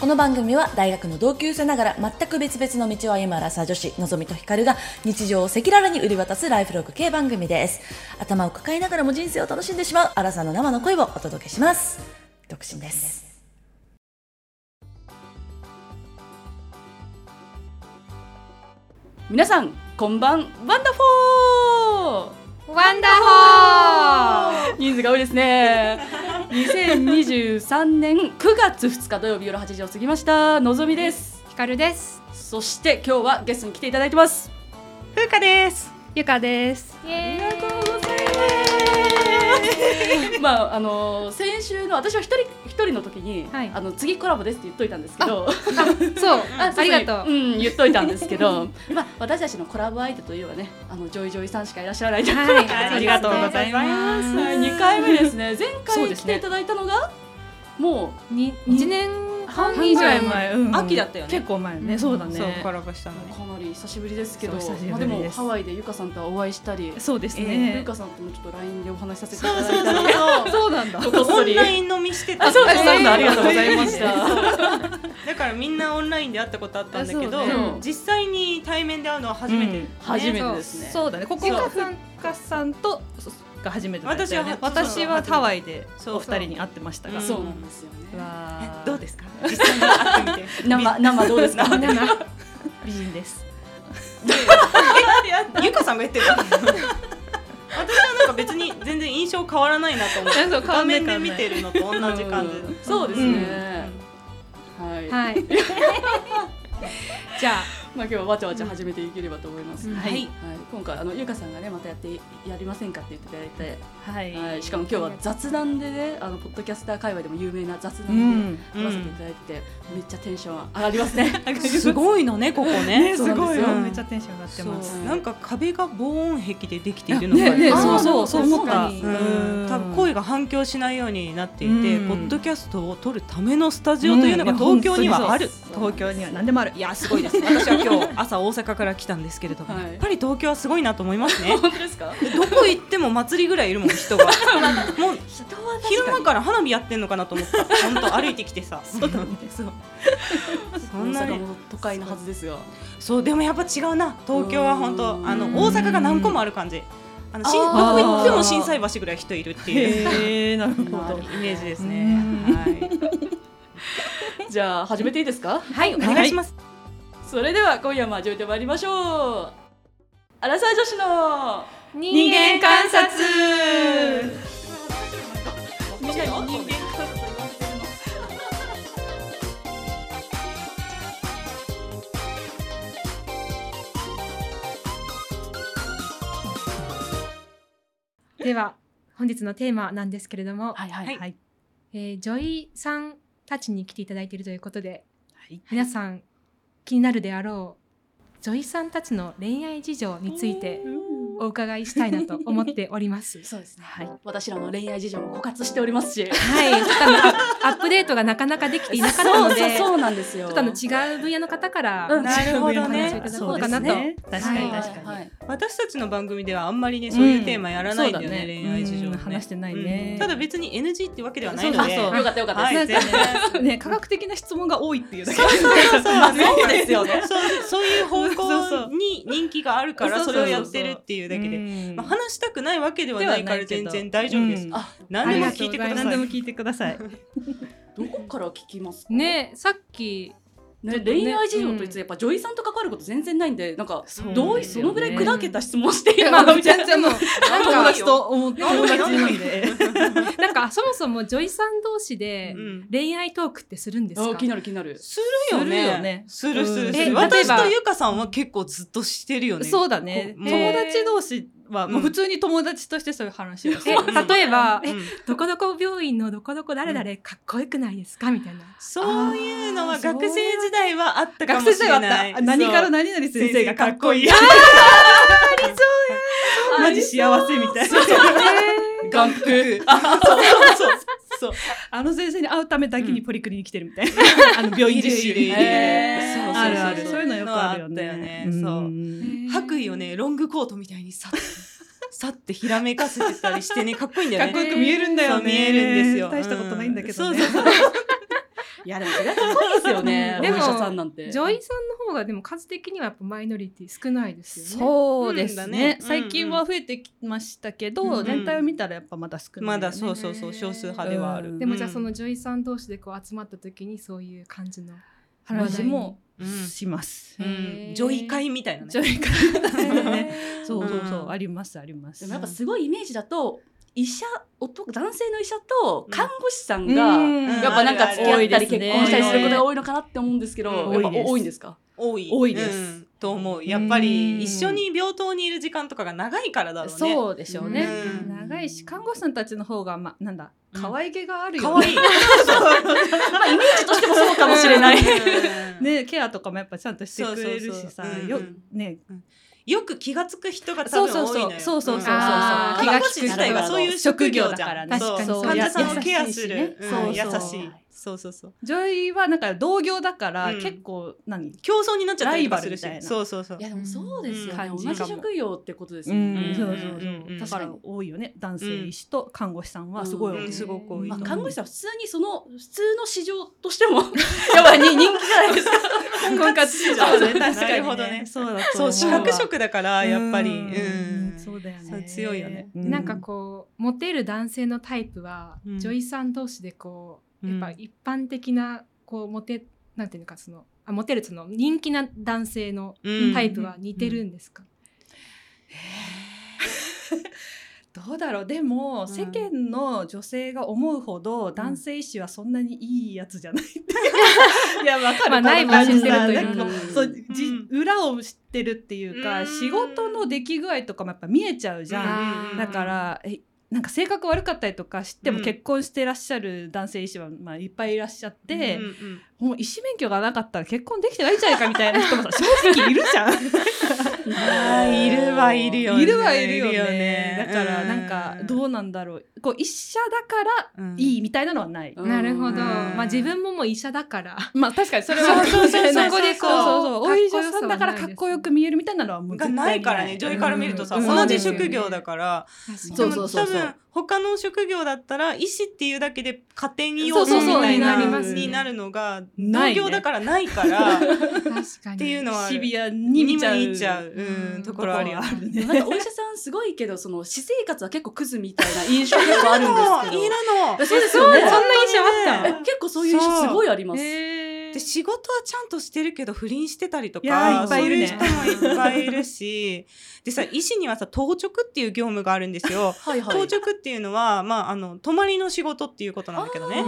この番組は大学の同級生ながら全く別々の道を歩むアラサー女子のぞみとひかるが日常を赤裸々に売り渡すライフログ系番組です頭を抱えながらも人生を楽しんでしまうアラサーの生の声をお届けします独身です皆さんこんばんワンダフォワンダホーー人数が多いですね2023年9月2日土曜日夜8時を過ぎましたのぞみですひかるですそして今日はゲストに来ていただいてますふうかです。ゆかですイエーイまああの先週の私は一人一人の時に、はいあの次コラボですって言っといたんですけどそうああそうそうりがとう、ん、言っといたんですけどまあ私たちのコラボ相手といえばねあのジョイジョイさんしかいらっしゃらないとはいありがとうございますありがとうございま2回目ですね前 そう回です来ねていただいたのがもうすに一年半半以ぐ上らい前、うん秋だったよね結構前よね、うんそうだね。そうコラボしたのね。かなり久しぶりですけどそう久しぶりまあ、でもですハワイでゆかさんとはお会いしたり、そうですえーゆね。かさんともちょっと LINE でお話しさせていたそうだそいうたそりう そう。そうなんだこっそオンりライン飲みしてた。あそうそうそうえーありがとうございました だからみんなオンラインで会ったことあったんだけど、あそうね実際に対面で会うのは初めて、うん初めてですねそうだね。ここゆがかさんふうかさんとそが初めてだった私よはね。そうそう私はハワイでそうお二人に会ってましたが。んそうなんですよねわどうすですか実際に会ってみて生生どうですか美人です。ゆかさんが言ってる私はなんか別に全然印象変わらないなと思っいてやそう画面で変わんない見てるのと同じ感じうんそうですね、はい、はいじゃあまあ今日はわちゃわちゃ始めていければと思います、うんはい、はいはい今回あのゆかさんがねまたやってやりませんかって言っていただいて、はい。 はい、しかも今日は雑談でねあのポッドキャスター界隈でも有名な雑う談でん。撮らせていただいて、めっちゃテンション上がりますねすごいのねここねそう すなんでごいよよ。めっちゃテンション上がってます。そうなんか壁が防音壁でできているのねかねなそうあそうそう思っあた。ーーうん多分声が反響しないようになっていてうんポッドキャストを撮るためのスタジオというのが東京にはあるそう東京には何でもある。いやすすごいです私は今日朝大阪から来たんですけれどもはいやっぱり東京はすごいなと思いますね本当です かどこ行っても祭りぐらいいるもん人がもう昼間から花火やってんのかなと思った本当歩いてきてさそうだねそうそんな大阪ねも都会のはずですよそうでもやっぱ違うな東京は本当うんあの大阪が何個もある感じあのしんあどこー行っても心斎橋ぐらい人いるっていうへえなるほまあど。イメージですねうんはいじゃあ始めていいですかはいおお願いしますそれでは今夜も始めてまいりましょうアラサー女子の人間観察みんなに人間では本日のテーマなんですけれども、はいはい。はい。えー、女医さんたちに来ていただいているということではい。皆さん気になるであろう女医さんたちの恋愛事情についてお伺いしたいなと思っておりますそうですねはい私らの恋愛事情も枯渇しておりますしはい、ちょっとあのアップデートがなかなかできていなかったので、ちょうなんですよっとあの違う分野の方から、うんなるほどお話をいねただこそううでかすなとね。確かにはい確かに。に私たちの番組ではあんまりねそういうテーマやらないんだよね恋愛事情うんね話してないねうんただ別に NG ってわけではないのでそうそうそうよかったよかった、はいなんか全然ねね科学的な質問が多いっていうだ けそうそうですよねそうそういう方そうそう向に人気があるからそそうそれうそうをやってるっていうだけで、でまあ、話したくないわけではないから全然大丈夫です、あ何でも聞いてください何でも聞いてください。どこから聞きますかね、さっきねね恋愛事情といつやっぱ女医さんと関わること全然ないんでなんかそうどういですそよねのぐらい砕けた質問していいのまあみたいな全然もう友達と思 って友達なんで。なんかそもそも女医さん同士でうん恋愛トークってするんですあ か気？になる気になるするよするよねねするするすうんえる例え私ばとゆかさんは結構ずっとしてるよねそうだね。こ友達同士はまあ普通に友達としてそういう話をすえる。例えば、うえんどこどこ病院のどこどこ誰々かっこよくないですかみたいな。そういうのは学生時代はあったか学も生し時代はれあなっいた。何から何々先生がかっこいい。あ マジ幸せみたいな。 眼福そう そうそうあの先生に会うためだけにポリクリに来てるみたいな。あの病院実習いるいるいるへーそうそうそうあるある。そういうのよくあるよあったよねね。そううん白衣をねロングコートみたいにさっ さってひらめかせてたりしてねかっこいいんだよかねっこよく見えるんだよそうね。見えるんですよ大したことないんだけどね。うんそうそうそういやでもそれはそうですよ ね。でもお医者さんなんて。ジョイさんの方がでも数的にはやっぱマイノリティ少ないですよね。そうですうねんだね最近は増えてきましたけど、うん全体を見たらやっぱまだ少ない、まだそうそうそう少数派ではある、うんでもじゃあそのうんジョイさん同士でこう集まった時にそういう感じの話もうんします、うんジョイ会みたいなねジョイからねそうそうそう、うんありますありますでもやっぱすごいイメージだと医者男男性の医者と看護師さんが、うんやっぱなんか付き合ったりう結ん婚したりすることが多多いのかなって思うんですけど、うんやっぱ多いです多いんですか多い多いですうんと思うやっぱうんり一緒に病棟にいる時間とかが長いからだろうねそうでしょうね、うん長いし看護師さんたちの方がまあなんだうん可愛げがあるかよわね、いい そうまあイメージとしてもそうかもしれない。うん ねケアとかもやっぱちゃんとしてくれるしそさうそうそうようんねよく気がつく人が多そう分そう多いそうのよそうそうそうそう気あーが利く自体がそういう職業じ職業だかゃらんねそう確かにそう患者さんをケア優しいすしるねうんそう優そうしいそうそうそうジョイはなんか同業だからうん結構何競争になっちゃったりとかするしライバルみたいなそうそうそういやでもそうですよね、うん同じ職業ってことですうよね。んそううんそうそううんうんだから多いよね男性医師と看護師さんはすごい多い、うんすごく多いまあ、と看護師さんは普通にその普通の市場としても やばいに人気じゃないですか。婚活市場ね確かに、なるほどねそうだとそ思う資格職だからやっぱりうんうんそうだよそうね強いよねうんなんかこうモテる男性のタイプは、うん女医さん同士でこうやっぱうん一般的なこうモテなんていうのかそのあモテるその人気な男性のうんタイプは似てるんですか、どうだろうでも、ん世間の女性が思うほど男性医師はそんなにいいやつじゃないって、いやわかる、まあ内部多分知ってるとなんいうかか、そうじうん裏を知ってるっていうか、うん仕事の出来具合とかもやっぱ見えちゃうじゃん、あーだからえなんか性格悪かったりとか知ってもうん結婚してらっしゃる男性医師はまあいっぱいいらっしゃってうん、うんもう医師免許がなかったら結婚できてないんじゃないかみたいな人もさ正直いるじゃんあーいるはいるよねいるはいるよねだからうなんかどうなんだろうこう医者だからうんいいみたいなのはない、うんなるほど、うんまあ、自分ももう医者だからまあ確かにそれははあるかもしれないこでこうそうそうそうそうお医者さんだからかっこよさはないですかっこよく見えるみたいなのはもうが絶対にないからね、ジョイから見るとさ、うん同じ職業だから、うんでそうもそう多そうそう分他の職業だったら医師っていうだけで家庭に要そ素うみそうそうたいなになりますねになるのがな同いね業だからない からっ確かにていうのはあるシビアに見 ちゃうに見ちゃううんところあるよね。るなんかお医者さんすごいけどその私生活は結構クズみたいな印象結構あるんですけどいいなのそうですよねそんな印象あったえ結構そういう人すごいあります、で仕事はちゃんとしてるけど不倫してたりといやーかいっぱいいるねそういう人もいっぱいいるしでさ医師にはさ当直っていう業務があるんですよ。はいはい当直っていうのは、まあ、あの泊まりの仕事っていうことなんだけどね。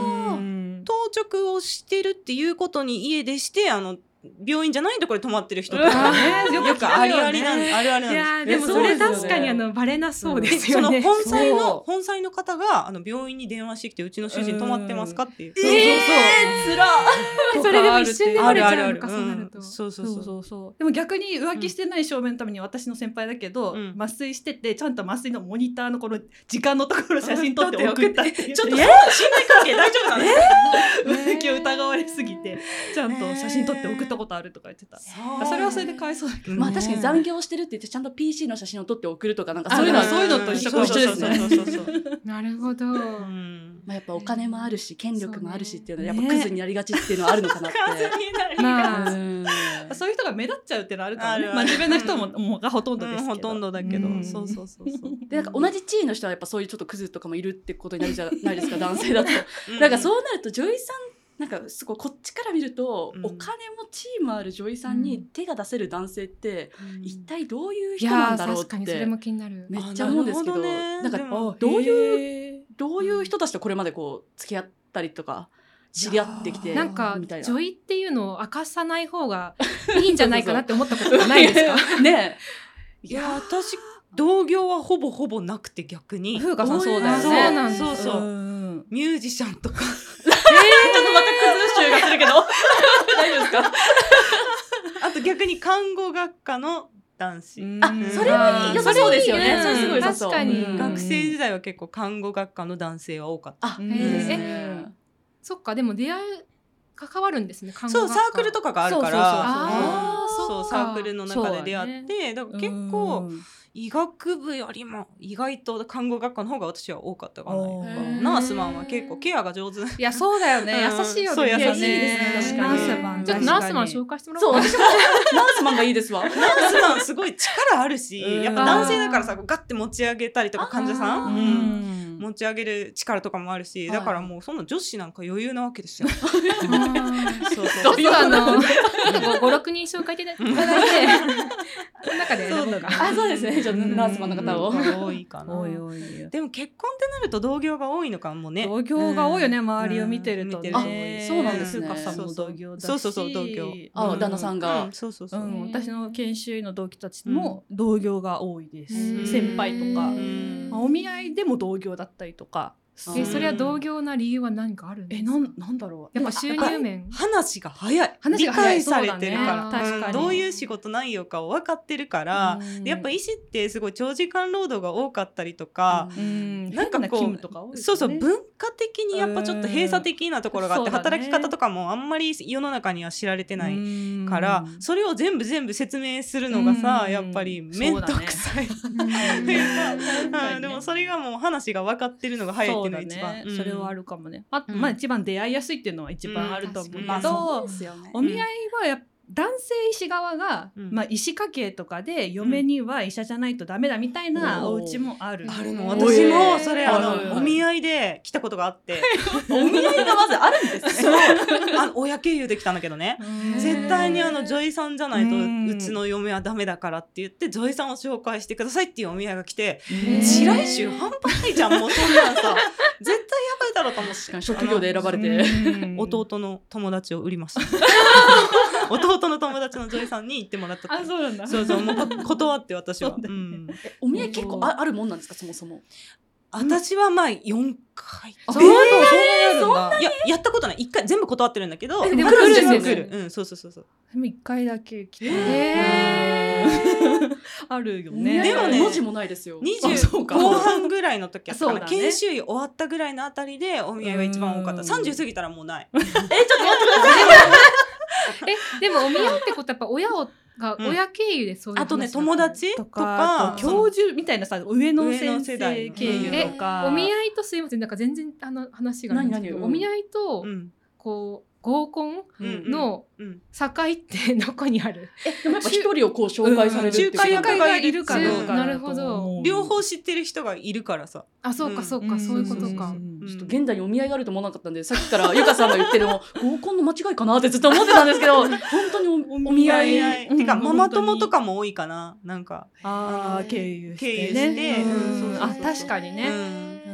当直をしてるっていうことに家出してあの病院じゃないところで泊まってる人とかねねよくありありななんあるあるなんいでえやーですもそそうでれすよね確かにあのバレなそうですそよの ね。本妻そうの本妻の方があの病院に電話してきてうちの主人泊まってますかっていう。そうそうそう辛えそれでも一瞬であバレるちあゃるうあのる。かそうなると。うんそうそうそうそう。そうそうでも逆に浮気してない証明のために私の先輩だけど、うん麻酔しててちゃんと麻酔のモニターのこの時間のところ写真撮ってうん送ったっていうちょっと信いや頼関係大丈夫なの？ 浮気を疑われすぎてちゃんと写真撮って送ったことあるとか言ってた、そうそれはそれでかわいそうだけど、うんまあ確かに残業してるって言ってちゃんと PC の写真を撮って送るとかなんかあそういうのはあそういうのと一緒と一緒ですねそうそうそうそう。なるほど。うんまあやっぱお金もあるし権力もあるしっていうのはそやうっねぱクズになりがちっていうのはあるのかなって。まあうんそういう人が目立っちゃうってのはあるからねあるあるまあ自分の人も、もうがほとんどうでんすけど、ほとんどだけどう、んそうそうそうそう。でなんか同じ地位の人はやっぱそういうちょっとクズとかもいるってことになるじゃないですか男性だと。なんかうそうなると女医さんなんかすごいこっちから見ると、うんお金も地位もある女医さんうにん手が出せる男性って、ん一体どういうい人なんやーだろう確っかにそてれも気になる。めっちゃ思うんですけどあなるほどねなんかでもどういういうどういう人たちとこれまでこう付き合ったりとか知り合ってきてなんかみたいな。女医っていうのを明かさない方がいいんじゃないかなって思ったことがないで すか。 かねいや私同業はほぼほぼなくて逆に風花さんそうだよねあそうなんだそうそうう、んミュージシャンとちょか っとまたクズ集がするけど大丈夫ですかあと逆に看護学科の男子、うんそれはいい良さそうですよねあーそれすごい良さそう確かに。うん学生時代は結構看護学科の男性は多かった、あういんいですえねそっかでも出会う関わるんですね看護そう学サ科ークルとかがあるかあらーうんそそうっかサークルの中で出会って、だから結構うん医学部よりも意外と看護学科の方が私は多かったかなおーうんナースマンは結構ケアが上手いやそうだよねうん優しいよねそう優しい皆さんですね確かにナースマンちょっとナースマン紹介してもらそう、おうかな私も、ナースマンがいい ですわ。ナースマンすごい力あるし、うんやっぱ男性だからさガッて持ち上げたりとか患者さあーん、うんうん持ち上げる力とかもあるし、はいだからもうそんな女子なんか余裕なわけですよ。うんそうちょそっうとあの、五六人紹介いただいて、その中で選ぼう か。あ、そうですね。じゃあ、ナースマンの方を。多いかな。おいおいよでも結婚ってなると同業が多いのかもね。同業が多いよね周りを見てるとねうん見てるとあそうなんですね風花さんも同業だしそうそうそう同業あ、旦那さんうがん、。そうそうそうう。ん、私の研修医の同期たちも同業が多いです、うん先輩とかん、まあお見合いでも同業だったりとかえ、それは同業な理由は何かあるんでえすか。なんなんだろうやっぱ収入面。話が早い。話が早い理解されてるからそうだねう確んかにどういう仕事内容かを分かってるから、でやっぱ医師ってすごい長時間労働が多かったりとか、うんなんかこう変勤務とか多いよねそうそう文化的にやっぱちょっと閉鎖的なところがあって、うんそうだね働き方とかもあんまり世の中には知られてないから、うんそれを全部全部説明するのがさ、うんやっぱり面倒くさい、確かにねうんでもそれがもう話が分かってるのが早いっていうのが一そうだ番ね、それはあるかもねあ、うんまあ一番出会いやすいっていうのは一番あると思うけうんど、まあそでうすよねお見合いはやっぱ男性医師側が、うんまあ、医師家系とかで嫁には医者じゃないとダメだみたいなお家もある。あるのうん私もそれあおいおいおのいお見合いで来たことがあってお見合いがまずあるんですね。あの親経由で来たんだけどねへー絶対にあの女医さんじゃないとうんうちの嫁はダメだからって言って女医さんを紹介してくださいっていうお見合いが来てへー地雷臭半端ないじゃんもうそんなん さ絶対やばいだろうと思っ確てかに職業で選ばれて。うん 弟の友達を売りました 弟の友達の女医さんに行ってもらったあそうなんだそうそうもうこ断って私はそうだうよねんお見合い結構ああるもんなんですか、そもそも。私はまあ4回そうそんないややったことない一回全部断ってるんだけどえ来でるも来来るるんですよ来ねるうんそうそうそうそうでも一回だけ来た、へあるよおね見合いでもね文字もないですよ。 20あそうか。後半ぐらいの時やったかそうな、だね研修医終わったぐらいのあたりでお見合いが一番多かったうん30過ぎたらもうないえ、でもお見合いってことはやっぱ親をがうん親経由でそういう話だった。あとね友達ととかかあと教授みたいなさ上の上先の世代生の経由とか、お見合いとすいませんなんか全然あの話がなんですけ何ど何うんお見合いとうんこう合コンうんうんのうん境ってどこにある？え、でもやっぱ一人をこう紹介されるっていう仲介仲介役ががいいるるかかどどううかかなるほど。両方知ってる人がいるからさあ、そうかそううかんそういうことか。うんちょっと現代にお見合いがあると思わなかったんで、さっきからゆかさんが言ってるの、合コンの間違いかなってずっと思ってたんですけど、本当におお見合い。うんてかうんママ友とかも多いかななんかあー経由してね経由してうんうんそうそうそうあ、確かにね。うう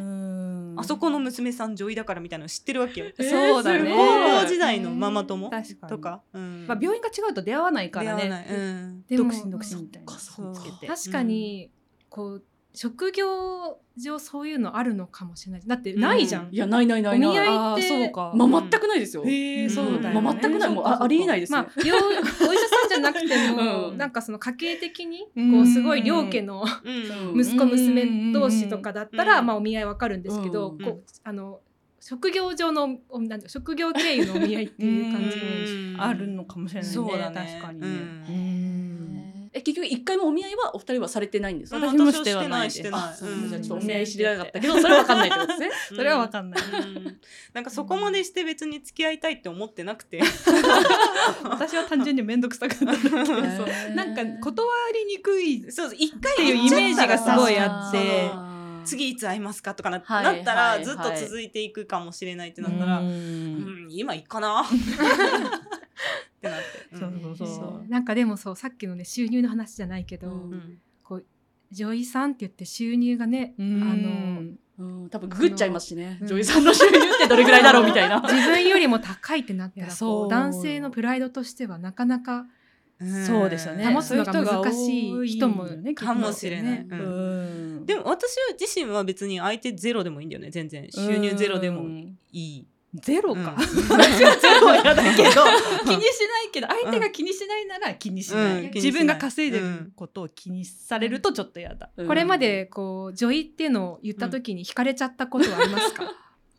んんあそこの娘さん女医だからみたいなの知ってるわけよえーそうすだごね。い高校時代のママ友確かにとかうんまあ、病院が違うと出会わないか出ら会わねないうんでも独身独身みたいなそうつけて確かにこう職業上そういうのあるのかもしれない。だってないじゃんい。や、ないないないない。お見合いあーそうかまあ、全くないですよ。へえそうだよ、ねまあ、全くない、もうあありえないですね。まあ、ようお医者さんじゃなくても、うんなんかその家系的にうんこうすごい両家のうんうん息子娘同士とかだったら、うんまあ、お見合いわかるんですけど、うんこうあの職業上のおなんだ職業経由のお見合いっていう感じの。うんあるのかもしれないねそうだね確かにうね、んうんえ、結局一回もお見合いはお二人はされてないんですか。私もしてはないしてないそううんじゃあちょっとお見合い知りたかったけど、それはわかんないってことですね。それはわ かんない、うんなんかそこまでして別に付き合いたいって思ってなくて私は単純に面倒くさ かっただけそうなんか断りにくいそう一回っていうイメージがすごいあってあー次いつ会いますかとかな,、はいなったはらいずっと続いていくかもしれないってなったら、ううんん今いいか なってなって、そうそうそうそうなんかでもそうさっきのね収入の話じゃないけど、うんうん女医さんって言って収入がね、うんうん、多分ググっちゃいますしね。うん女優さんの収入ってどれぐらいだろうみたいな。自分よりも高いってなったいらやこそうう男性のプライドとしてはなかなかんそうですよね保つのが難しい人もそうう人が多いんだよねかもしれないきっうとねんうんでも私自身は別に相手ゼロでもいいんだよね全然収入ゼロでもいい。ゼロうん か、ゼロは嫌だけど気にしないけど相手が気にしないなら気にしなうい,、ん自分が稼いでることを気にされるとちょっと嫌だ、うんこれまでこう女医っていうのを言った時に惹かれちゃったことはありますか、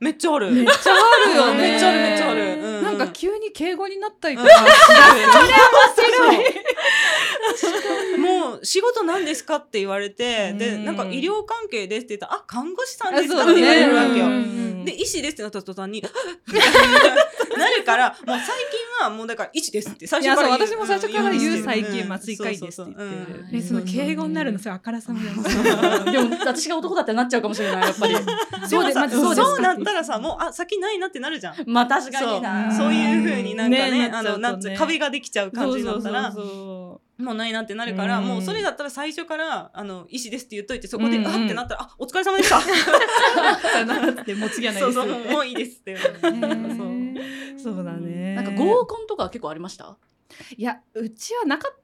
めっちゃある。めっちゃあるよねめっちゃあるめっちゃある。うんなんか急にに敬語になったりとそかれはそれ はもう仕事なんですかって言われて、でなんか医療関係ですって言ったらあ看護師さんですかって言われるわけよ。で医師ですってなった途端に なるからもう最近はもうだから医師ですって最初からいやそう私も最初から言う最近ま松井会ですって言ってるえその敬語になるのそれあからさまだよでも私が男だったらなっちゃうかもしれないやっぱ りそうまさずそそうですうなったらさもうあ先ないなってなるじゃんまあ確かになそうそういう風になんかねねあなっちゃうのとねなんつう壁ができちゃう感じになったらもうないなってなるからうんもうそれだったら最初からあの医師ですって言っといてそこでうんあってなったらあお疲れ様でした でもう次はないそでうすそうもういいです って言われてそうそうだねなんか合コンとかは結構ありましたいやうちはなかっ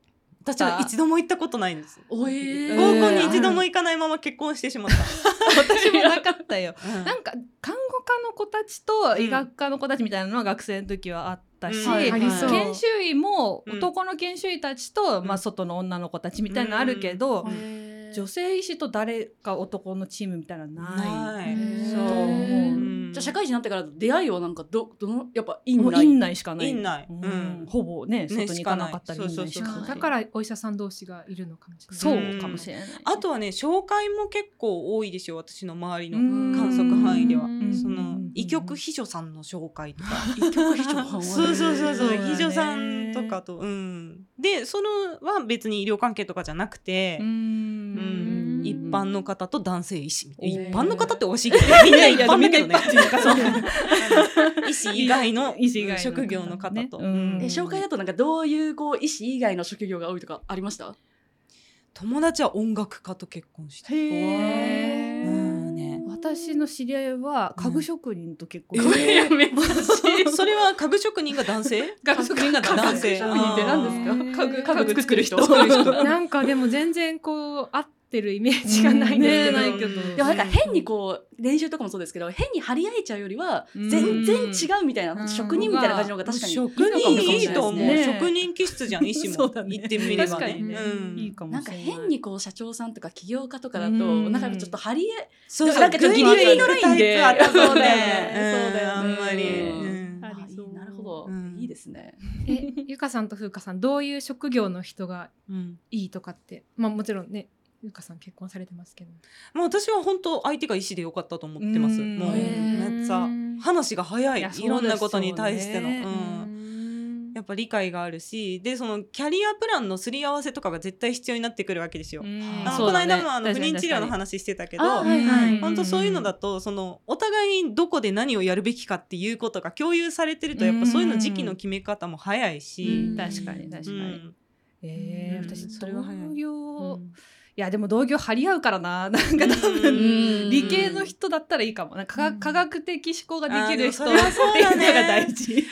私は一度も行ったことないんですおえう合んコンに一度も行かないまま結婚してしまった私もなかった ようん なんか看護科の子たちとうん医学科の子たちみたいなのは学生の時はあったし、うんはいありそう研修医もうん男の研修医たちと、うんまあ、外の女の子たちみたいなのあるけど、女性医師と誰か男のチームみたいなのはない。なたいーそううもんじゃあ社会人になってから出会いはなんかどどのやっぱイうンもラうイン院内しかない院内うんうんほぼねね外に行かなかったりしかない院内しかそうそうなそういだからお医者さん同士がいるのかもしれないそううんかもしれない、あとはね紹介も結構多いですよ私の周りのうん観測範囲ではうんそうんうんのうん医局秘書さんの紹介とか一曲以上そうそうそうそうそうだね秘書さんとかとうんでそのは別に医療関係とかじゃなくてう、うんん一般の方と男性医師みたいなおー一般の方っておしいけどみんな一般だけどねそうあの医師以外の医師以外の職業の方と、ねうんえ紹介だとなんかどういうこう医師以外の職業が多いとかありました友達は音楽家と結婚してへーうんね私の知り合いは家具職人と結構、うんいやめっちゃそれは家具職人が男性家具職人 が男性職人って何ですか家具家具作る人作る 人なんかでも全然こう合ってるイメージがないんですけど、ねえない でもなんか変にこう練習とかもそうですけど変に張り合えちゃうよりはうん全然違うみたいな、うん職人みたいな感じの方が確かに職いいのかもし人れないいいですと思う、ね。ね職人気質じゃん医師そも、うだね言ってみれば確かねにねうんいいかもしれなないんか変にこう社長さんとか起業家とかだと、うんなんかちょっと張り合えそうだからなんかちょっとギリギリのラインであったそうだよそねうだよねんあんまり、うんうんあいいなるほど、うんいいですね。えゆかさんとふうかさんどういう職業の人がうんいいとかってまあもちろんねゆかさん結婚されてますけどもう私は本当相手が医師でよかったと思ってます、うんもうへめーっちゃ話が早いいやいろんなことに対しての、そうですようねんやっぱ理解があるしでそのキャリアプランのすり合わせとかが絶対必要になってくるわけですよ、んあのそうこの間もあの不妊治療の話話してたけどあはいはい本当そういうのだとそのお互いにどこで何をやるべきかっていうことが共有されてるとやっぱそういうの時期の決め方も早いし、確かに確かうに、んえー、うん私それは早い同業、うんいやでも同業張り合うからななんか多うん分、うん理系の人だったらいいかもなんか科,、うん科学的思考ができる人あっーてでもいそれはそうだうのねが大事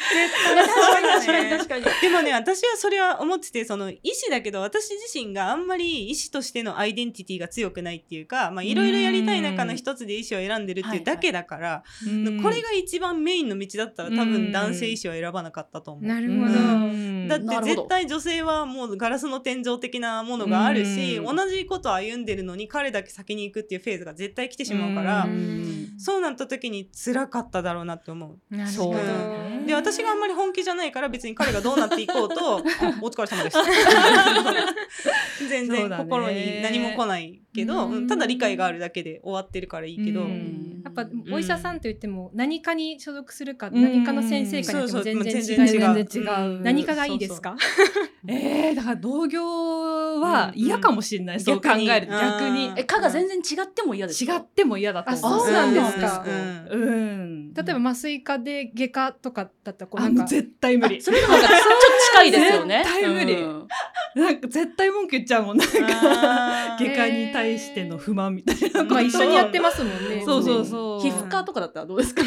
確かに確かにでもね私はそれは思っててその医師だけど私自身があんまり医師としてのアイデンティティが強くないっていうかまあいろいろやりたい中の一つで医師を選んでるっていうだけだから、うんこれが一番メインの道だったら多分男性医師は選ばなかったと思う。なるうんほど、だっなるほどて絶対女性はもうガラスの天井的なものがあるし、うん同じことを歩んでるのに彼だけ先に行くっていうフェーズが絶対来てしまうから、うんそうなった時に辛かっただろうなって思なるそほうどだねうで私があんまり本気じゃないから別に彼がどうなっていこうとあお疲れ様です全そう然だね心に何も来ないけど、うんうんただ理解があるだけで終わってるからいいけど、うんやっぱうんお医者さんと言っても何かに所属するかん何かの先生かによっても全然違う全然違ううん何かがいいですかえー、だから同業は嫌かもしれない、うんそう考えると逆逆ににえ科が全然違っても嫌です違かっても嫌だと思あそうなんですかうん うん例えば麻酔科で外科とかだったらこうなあんもかう絶対無理それの方がちょっと近いですよね。絶対無理うんなんか絶対文句言っちゃうもんなんかあー外科に対しての不満みたいなままああ一一緒緒ににややっっててますもんね。そうそうそう皮膚科とかだったらどうですか。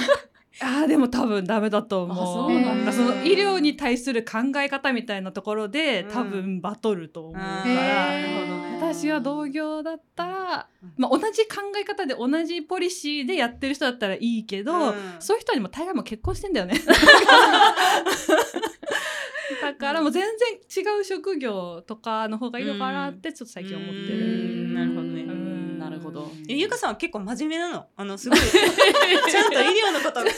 あーでも多分ダメだと思うあそうなんだかその医療に対する考え方みたいなところで、多分バトルと思うかうへら、ー私は同業だったら、まあ、同じ考え方で同じポリシーでやってる人だったらいいけど、うんそういう人にも大概もう結婚してんだよね。だからもう全然違う職業とかの方がいいのかなってちょっと最近思ってうる。んなるほどねうんなるほど。でゆかさんは結構真面目なの。あの、すごい、ちゃんと医療のことを考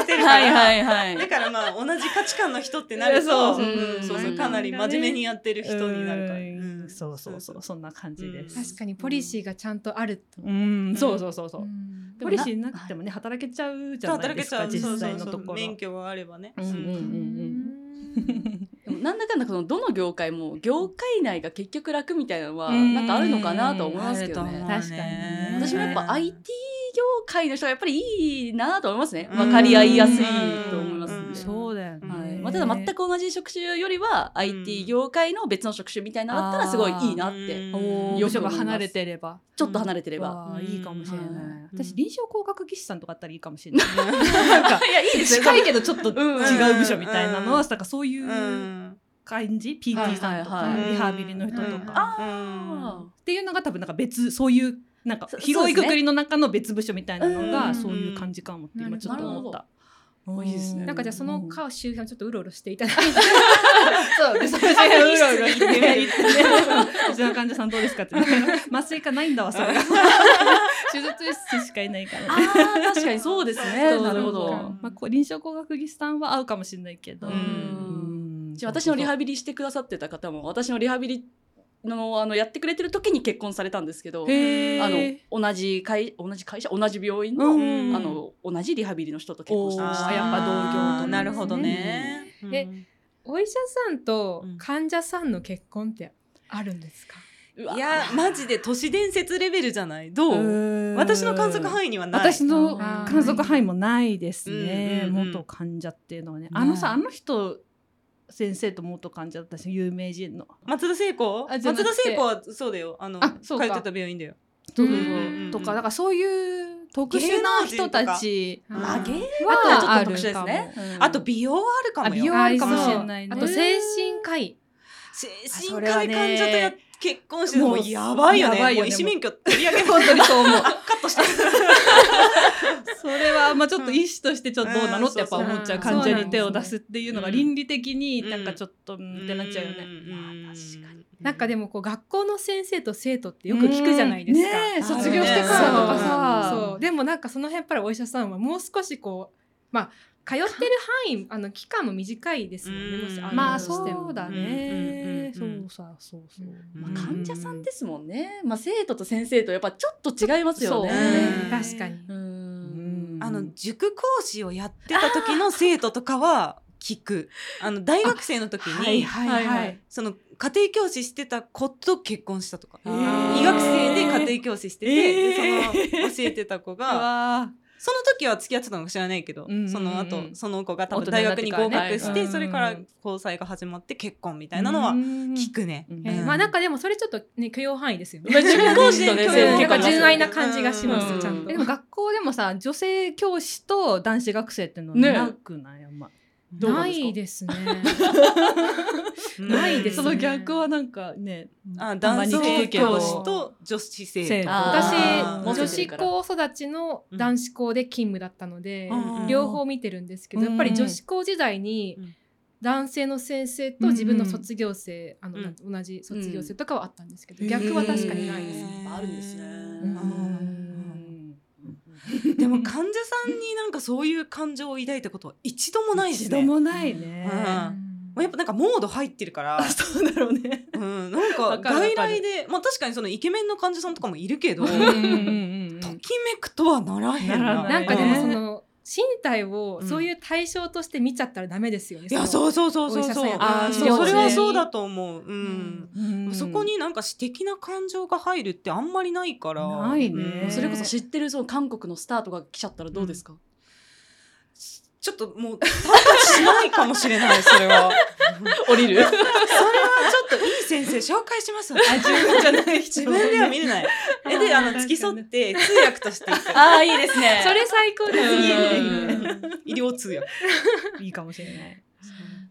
えてるから。はいはいはい。だから まあ、同じ価値観の人ってなると、そそうううんそうそううんかなり真面目にやってる人になるから。うんうんそうそうそうそんな感じです。確かにポリシーがちゃんとあると。うん、そうそうそうそう。うんポリシーなくてもね、働けちゃうじゃない働でけすちゃかう。実際のとそうそうこそうろ。免許があればね。うんうんうんでもなんだかんだこのどの業界も業界内が結局楽みたいなのはうんなんかあるのかなとは思いますけどあるとね思。う確かにね私もやっぱ IT 業界の人がやっぱりいいなと思いますね。うん分かり合いやすいと思いますうんんで。そうだよね。はいまあ、ただ全く同じ職種よりは IT 業界の別の職種みたいなのだったらすごいいいなってうんよ部く署思がいます離れてれば。ちょっと離れてれば。わあうんいいかもしれない。うん私臨床工学技師さんとかあったらいいかもしれない。なんかいやいいですね。近いけどちょっとうん違う部署みたいなのうん。は、なんかそういううん感じ、はい PT さんとはいかはいリハビリの人とか あっていうのが多分なんか別そういうなんかそ広そうでいすねくくりの中の別部署みたいなのうがんそういう感じかもって今ちょっと思った。ほどいいですねなんかじゃあその顔周辺をちょっとうろうろしていただいて。そうでそれでうろうろ言ってねうちの患者さんどうですかってね麻酔科ないんだわそれが手術室しかいないからあねー確かにそうですね。そうなるほそどうか。まあ、こう臨床工学技師さんは合うかもしれないけど、ううんうんじゃあ私のリハビリしてくださってた方も私のリハビリのあのやってくれてる時に結婚されたんですけどへーあの同じ会同じ会社同じ病院の,、うんあの同じリハビリの人と結婚してましたー。やっぱ同業とかねなるほどね。でうん お医者さんと患者さんの結婚ってあるんですか。うわいや、マジで都市伝説レベルじゃないどう私の観測囲範囲にはない。私のない観測範囲もないですね、うんうんうん元患者っていうのはねいあのさあの人先生と元患者だったし有名人の松田聖子あ松じゃなくて田聖子はそうだよ。あの、あ通そっうかてた病院だよ。そううそそううそそううんとかだからそういう特殊な人たちうんまあ芸能ははあちょっと特殊るですかもね。うんあと、美容はあるかもあよ。美容あるかもしれないねあと精神科医。精そ神れは科医ね患者とや結婚してももううやばいよね。やばいもようね医師免許取り上げ本当にそう思うあカットした。それはまあちょっと医師としてちょっとどうなのってやっぱ思っちゃううん患者に手を出すっていうのが倫理的にうんなんかちょっと うんってなっちゃうよね。うんなんかでもこう学校の先生と生徒ってよく聞くじゃないですか。ねえ卒業してからとかさ、そうそうでもなんかその辺やっぱりお医者さんはもう少しこうまあ通ってる範囲あの期間も短いですもんね。うもんしあるまあとしてもそうだうんね。うそんうんううんさそうそう。まあ、患者さんですもんね。まあ生徒と先生とやっぱちょっと違いますよね。そううん確かに。ううんんあの塾講師をやってた時の生徒とかは聞く。あの大学生の時にはいはい。その家庭教師してた子と結婚したとか。あー医学生で家庭教師してて、えーでその教えてた子うがわその時は付き合ってたのか知らないけど、うんうんうんその後その子が多分大大人学ににな合ってからね格して、はいそれから交際が始まって結婚みたいなのは聞くね。うんえーまあなんかでもそれちょっとね許容範囲ですよね。まあ塾講師とねうん生徒な結ん構いかますよ純ね愛な感じがします、うんちゃんと。えでも学校でもさ女性教師と男子学生ってのはねなくないあんま。どうなんなですかいですね。ないですその逆はなんかね。あたま男に聞性くけど教師と女子生徒生徒私あー持女って子る校育ちの男子校で勤務だったので、うん両方見てるんですけど、うんやっぱり女子校時代にうん男性の先生と自分の卒業生、あのうんなん同じ卒業生とかはあったんですけど、うん逆は確かにないです、へーあるんですね。うんでも患者さんになんかそういう感情を抱いたことは一度もないし一ね度もないね。うんうあんもうやっぱなんかモード入ってるから、そうだろうね。うん、なんわかかるわかる外来でまあ確かにそのイケメンの患者さんとかもいるけどときうんうんうんうんめくとはならへんならなないなんかでもそうんの身体をそういう対象として見ちゃったらダメですよね。いやそうそうそうそうお医者さんそうやあーそううんそれはそうだと思う、うんうんそこになんか私的な感情が入るってあんまりないからないねうんそれこそ知ってるその韓国のスターとか来ちゃったらどうですか、ちょっともう、参加しないかもしれない、それは。降りるそれはちょっといい先生紹介します。自分じゃない。自分では見れない。え、で、あの、付き添って、通訳として行く。 ああ、いいです ね。 それ最高ですね。うん医療通訳。いいかもしれない。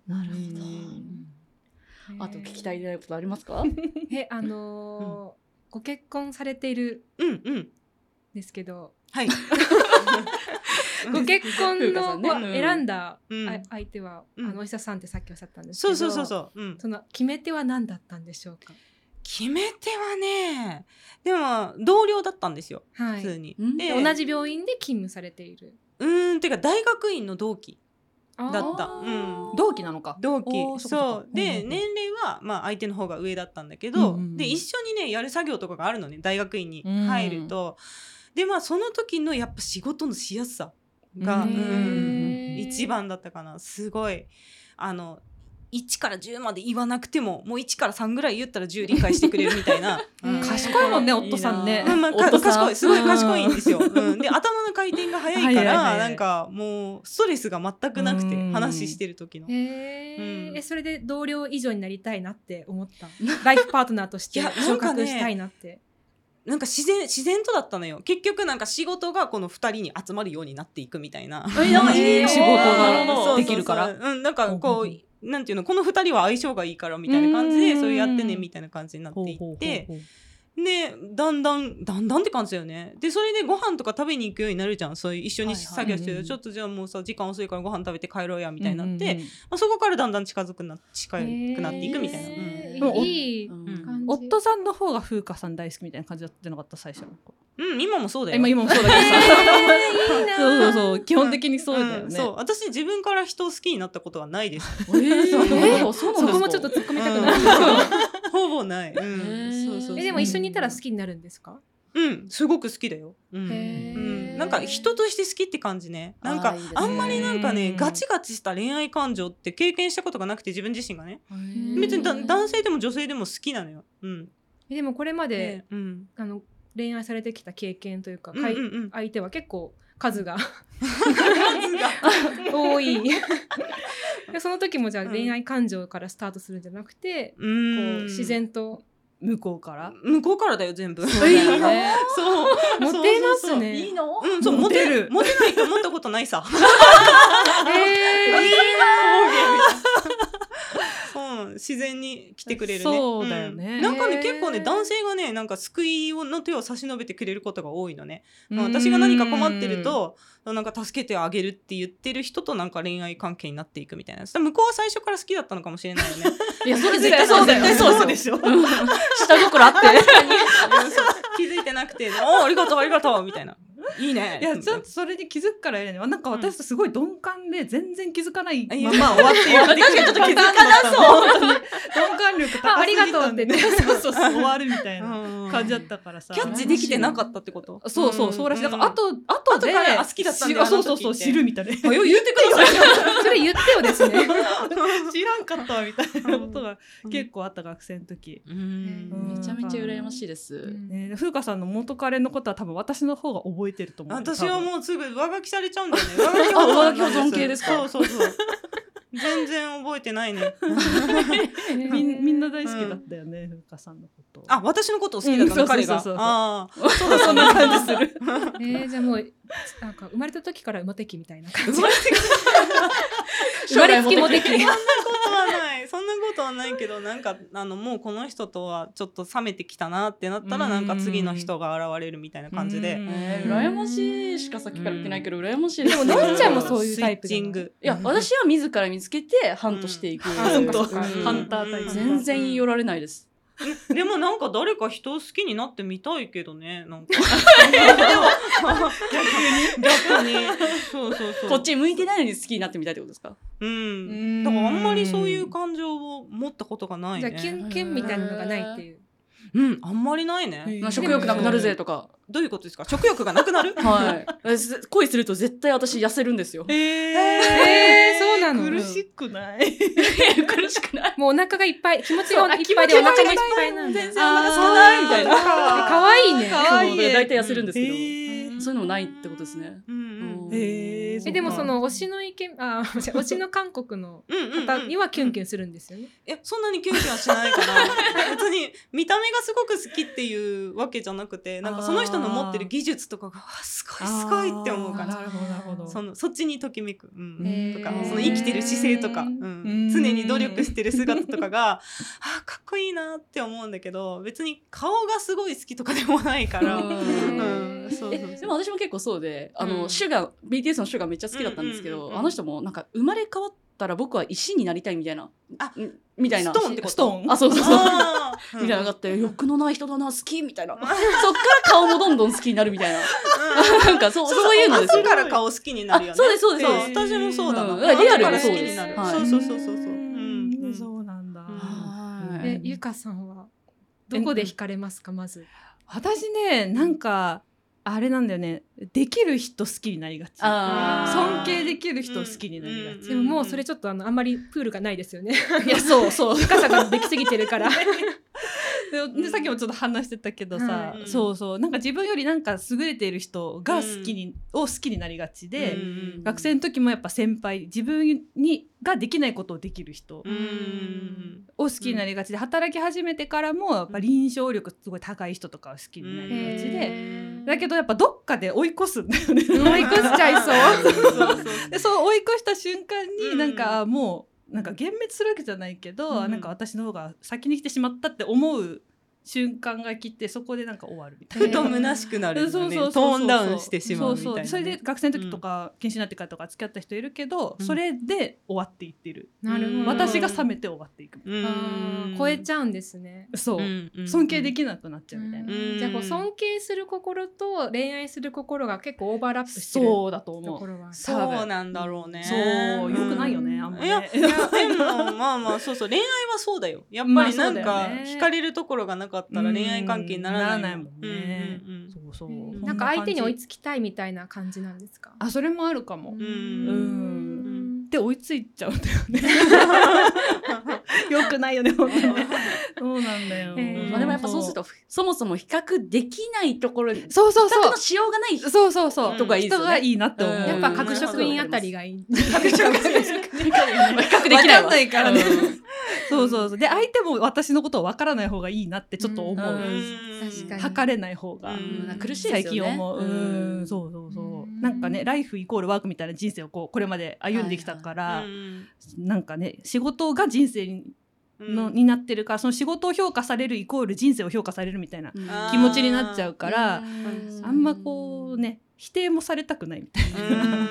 なるほど。あと聞きたいことありますかえあのーご結婚されているうん、うん。んですけど、はい。ご結婚風花さのんねこう選んだうんあ相手は、うんあのお医者さんってさっきおっしゃったんですけそどうそうそうそう。うん。その決め手は何だったんでしょうか決め手はねでも同僚だったんですよは普い。通に。うんでで同じ病院で勤務されている。うーんてか大学院の同期だだった。うん同期なのか同期おーそそうっかそっかうで、んうん年齢は、まあ、相手の方が上だったんだけど、うんうんうんで一緒にねやる作業とかがあるのね大学院にうん入ると、でまあその時のやっぱ仕事のしやすさが、ううんん一。番だったかなすごいあの1から10まで言わなくてももう1から3ぐらい言ったら10理解してくれるみたい な、うん賢いもんね、夫さんねま。あまあ、か夫さん賢いすごい賢いんですよ。うん、で頭の回転が早いかはいはいはらいなんかもうストレスが全くなくうてん話してる時の。へいーうんえ、それで同僚以上になりたいなって思った。ライフパートナーとしていやな昇んかね格したいなって。なんか自然自然とだったのよ。結局なんか仕事がこの2人に集まるようになっていくみたいな。えなんかいいね仕事ができるからそうそうそううん、なんかこほうほうほうなんていうのこの2人は相性がいいからみたいな感じうでんそれやってねみたいな感じになっていって。でだんだんだんだんって感じだよねでそれでご飯とか食べに行くようになるじゃんそういう一緒にはいはい作業してる、うんうんちょっとじゃあもうさ時間遅いからご飯食べて帰ろうやみたいになって、うんうんうんまあ、そこからだんだん近づくな近くなっていくみたいな、へうんーうんいいうん感じ。夫さんの方が風花さん大好きみたいな感じだったのかった最初の子うん今もそうだよ今今もそうだけどさそうそうそう基本的にそうだよね、んそう私自分から人を好きになったことはないですえーそうなんですかそこもちょっと突っ込みたくなうるん。 ほぼない、うんへーそうそうそうえ、でも一緒にいたら好きになるんですかうんすごく好きだよ、うんへうーんなんか人として好きって感じねなんあかーいいですねあんまりなんかうねんガチガチした恋愛感情って経験したことがなくて自分自身がねうん別にだうん男性でも女性でも好きなのよ。うん、えでもこれまでで、うん、あの恋愛されてきた経験というか、うんかいうん うん相手は結構数が数が多 いでその時もじゃあうん恋愛感情からスタートするんじゃなくて、うこんう自然と向こうから向こうからだよ全部。そだよ う。ねモテますね。いいのうん、そうモモテテるるモテないと思ったことないさ。えーうん、自然に来てくれるね。そうだよねうんなんかねへー結構ね男性がねなんか救いの手を差し伸べてくれることが多いのね。うん私が何か困ってるとなんか助けてあげるって言ってる人となんか恋愛関係になっていくみたいな。そしたら向こうは最初から好きだったのかもしれないよね。いやそれ絶対そうだよ絶対そうでしょ。下心 あって気づいてなくて「おありがとうありがとう」みたいな「いいね」いやちょっとそれに気づくからやねなんか私とすごい鈍感で全然気づかないまま終わっていく確かにちょっと気づかなそう鈍感力高すぎたんであありがとうってね そうそうそう終わるみたいなうん感じだったからさキャッチできてなかったってことそうそうそうらしいだからあとあとで後からあ好きだったんだよしそうそうそうあの時って知るみたいなあよ言ってください それ言ってよですね。知らんかったわみたいなことが結構あった学生の時うんめちゃめちゃ羨ましいです、ね風花さんの元彼のことは多分私の方が覚えてると思う私はうもうすぐ上書きされちゃうんだよね 上書きあ上書き保存系ですかそうそうそう全然覚えてないねみんみんな大好きだったよね、風花さんのこと あ私のことを好きだったうのんそう彼そうがそうそうああそうだそんな感じするえーじゃあもうなんか生まれた時からモテ期みたいな感じ。生まれてきたこ生まれつきモテ期。とはないそんなことはないけどなんかあのもうこの人とはちょっと冷めてきたなってなったらうんなんか次の人が現れるみたいな感じでえー、羨ましいしかさっきから言ってないけど羨ましいですでものんちゃんもそうスいイうタイップチじゃなンいグいや私は自ら見つけてハントしていく、あそっかそっかうんハンタータイプ全然言い寄られないです、でもなんか誰か人を好きになってみたいけどね なんか 逆に逆にそうそうそうこっち向いてないのに好きになってみたいってことですかうんだからあんまりそういう感情を持ったことがないじゃあキねュンキュンみたいなのがないっていう。うんあんまりないねまあ食欲なくなるぜとか、どういうことですか食欲がなくなる はいえす恋すると絶対私痩せるんですよえー、えーそうなの苦しくない苦しくないもうお腹がいっぱい、気持ちそうがあいっぱいで気お持ちが腹いがいっっぱぱいいなんだ。全え然お腹空かないみたいな可愛いね可愛いそう大体痩せるんですけど、えーそういうのもないってことですねうんうんうんえーそうでもその推しの意見、あ、推し推しの韓国のうんうん方にはキュンキュンュンするんですよね。いやそんなにキュンキュンはしないかな 別に見た目がすごく好きっていうわけじゃなくてなんかその人の持ってる技術とかがわあすごいすごいって思うからなるほどなるほどそのそっちにときめく、うんへとーかその生きてる姿勢とか、ううんん、常に努力してる姿とかが あーかっこいいなって思うんだけど別に顔がすごい好きとかでもないから。うんうんそうえそうでも私も結構そうであの、うんシュガー BTS のシュガーめっちゃ好きだったんですけど、うんうんうんうんあの人もなんか生まれ変わったら僕は石になりたいみたいなあうんみたいな。ストーンってことストーンあ、そうそう そう。あみーたいなのがあって、欲のない人だな、好きみたいな。そっから顔もどんどん好きになるみたいな。 なんか、そう、そういうのです後よ。から顔好きになるよね。そうですそうですん私もそうだもうん。んだからリアル後かもらそう好きですになるはいそうそうそうそうそう。ううんん。そうなんだ。はえいゆかさんはどこで惹かれますかまず。私ねなんかあれなんだよねできる人好きになりがちあー尊敬できる人好きになりがち、うんでももうそれちょっとあのあんまりプールがないですよね。いやそうそうゆかさんができすぎてるから。ででさっきもちょっと話してたけどさ、うんそうそうなんか自分よりなんか優れている人が好きに、を好きになりがちで、うん学生の時もやっぱ先輩自分にができないことをできる人をうん。好きになりがちで、働き始めてからもやっぱ臨床力すごい高い人とかを好きになりがちで、だけどやっぱどっかで追い越すんだよね。追い越しちゃいそう。そうそうそう。でそう追い越した瞬間うにんなんか、あもうなんか幻滅するわけじゃないけど、うんなんか私の方が先に来てしまったって思う瞬間が来てそこでなんか終わるみたいな。 ふと虚しくなるよね。そうそうそうそうトーンダウンしてしまうみたいそなうね。そうそれで学生の時とか、研修になってからとか付き合った人いるけど、うんそれで終わっていってる、なるほど。私が冷めて終わっていくうん、あー超えちゃうんですね。そう、うん尊敬できなくなっちゃうみたいな、うんじゃあこう尊敬する心と恋愛する心が結構オーバーラップしてるそうだとと思こうろは。そうなんだろうね。そうよくないようね、んあんまいりやねいやでもまあまあそうそう恋愛はそうだよやっぱりなんまあかそうだよね惹かれるところがなかったら恋愛関係にならないうんならないもんねうんうんそうそう、うんそなんか相手に追いつつきたいみたいな感じなんですか。あそれもあるかも、うんで追いついちゃ うんだよね。よくないよね、本当にね。そうなんだよ。えーまあでもやっぱそうすると、そもそも比較できないところに、比そうそう較そうの。しようがない人そうそうそう。人がいでいすよね人がいいなって思う。うんやっぱ各職員あたりがいい。各職比較できないわかんわ。ないからねうん。 そうそうそう。で、相手も私のことを分からない方がいいなってちょっと思うんう。確かに測れない方がう。んなんか苦しいで最すよね。近思う。う、うんんそうそうそうう。んなんかね、ライフイコールワークみたいな人生をこう、これまで歩んできたから、なんかね、仕事が人生にのになってるからその仕事を評価されるイコール人生を評価されるみたいなうんあー気持ちになっちゃうからうあんまこうね否定もされたくないみたいな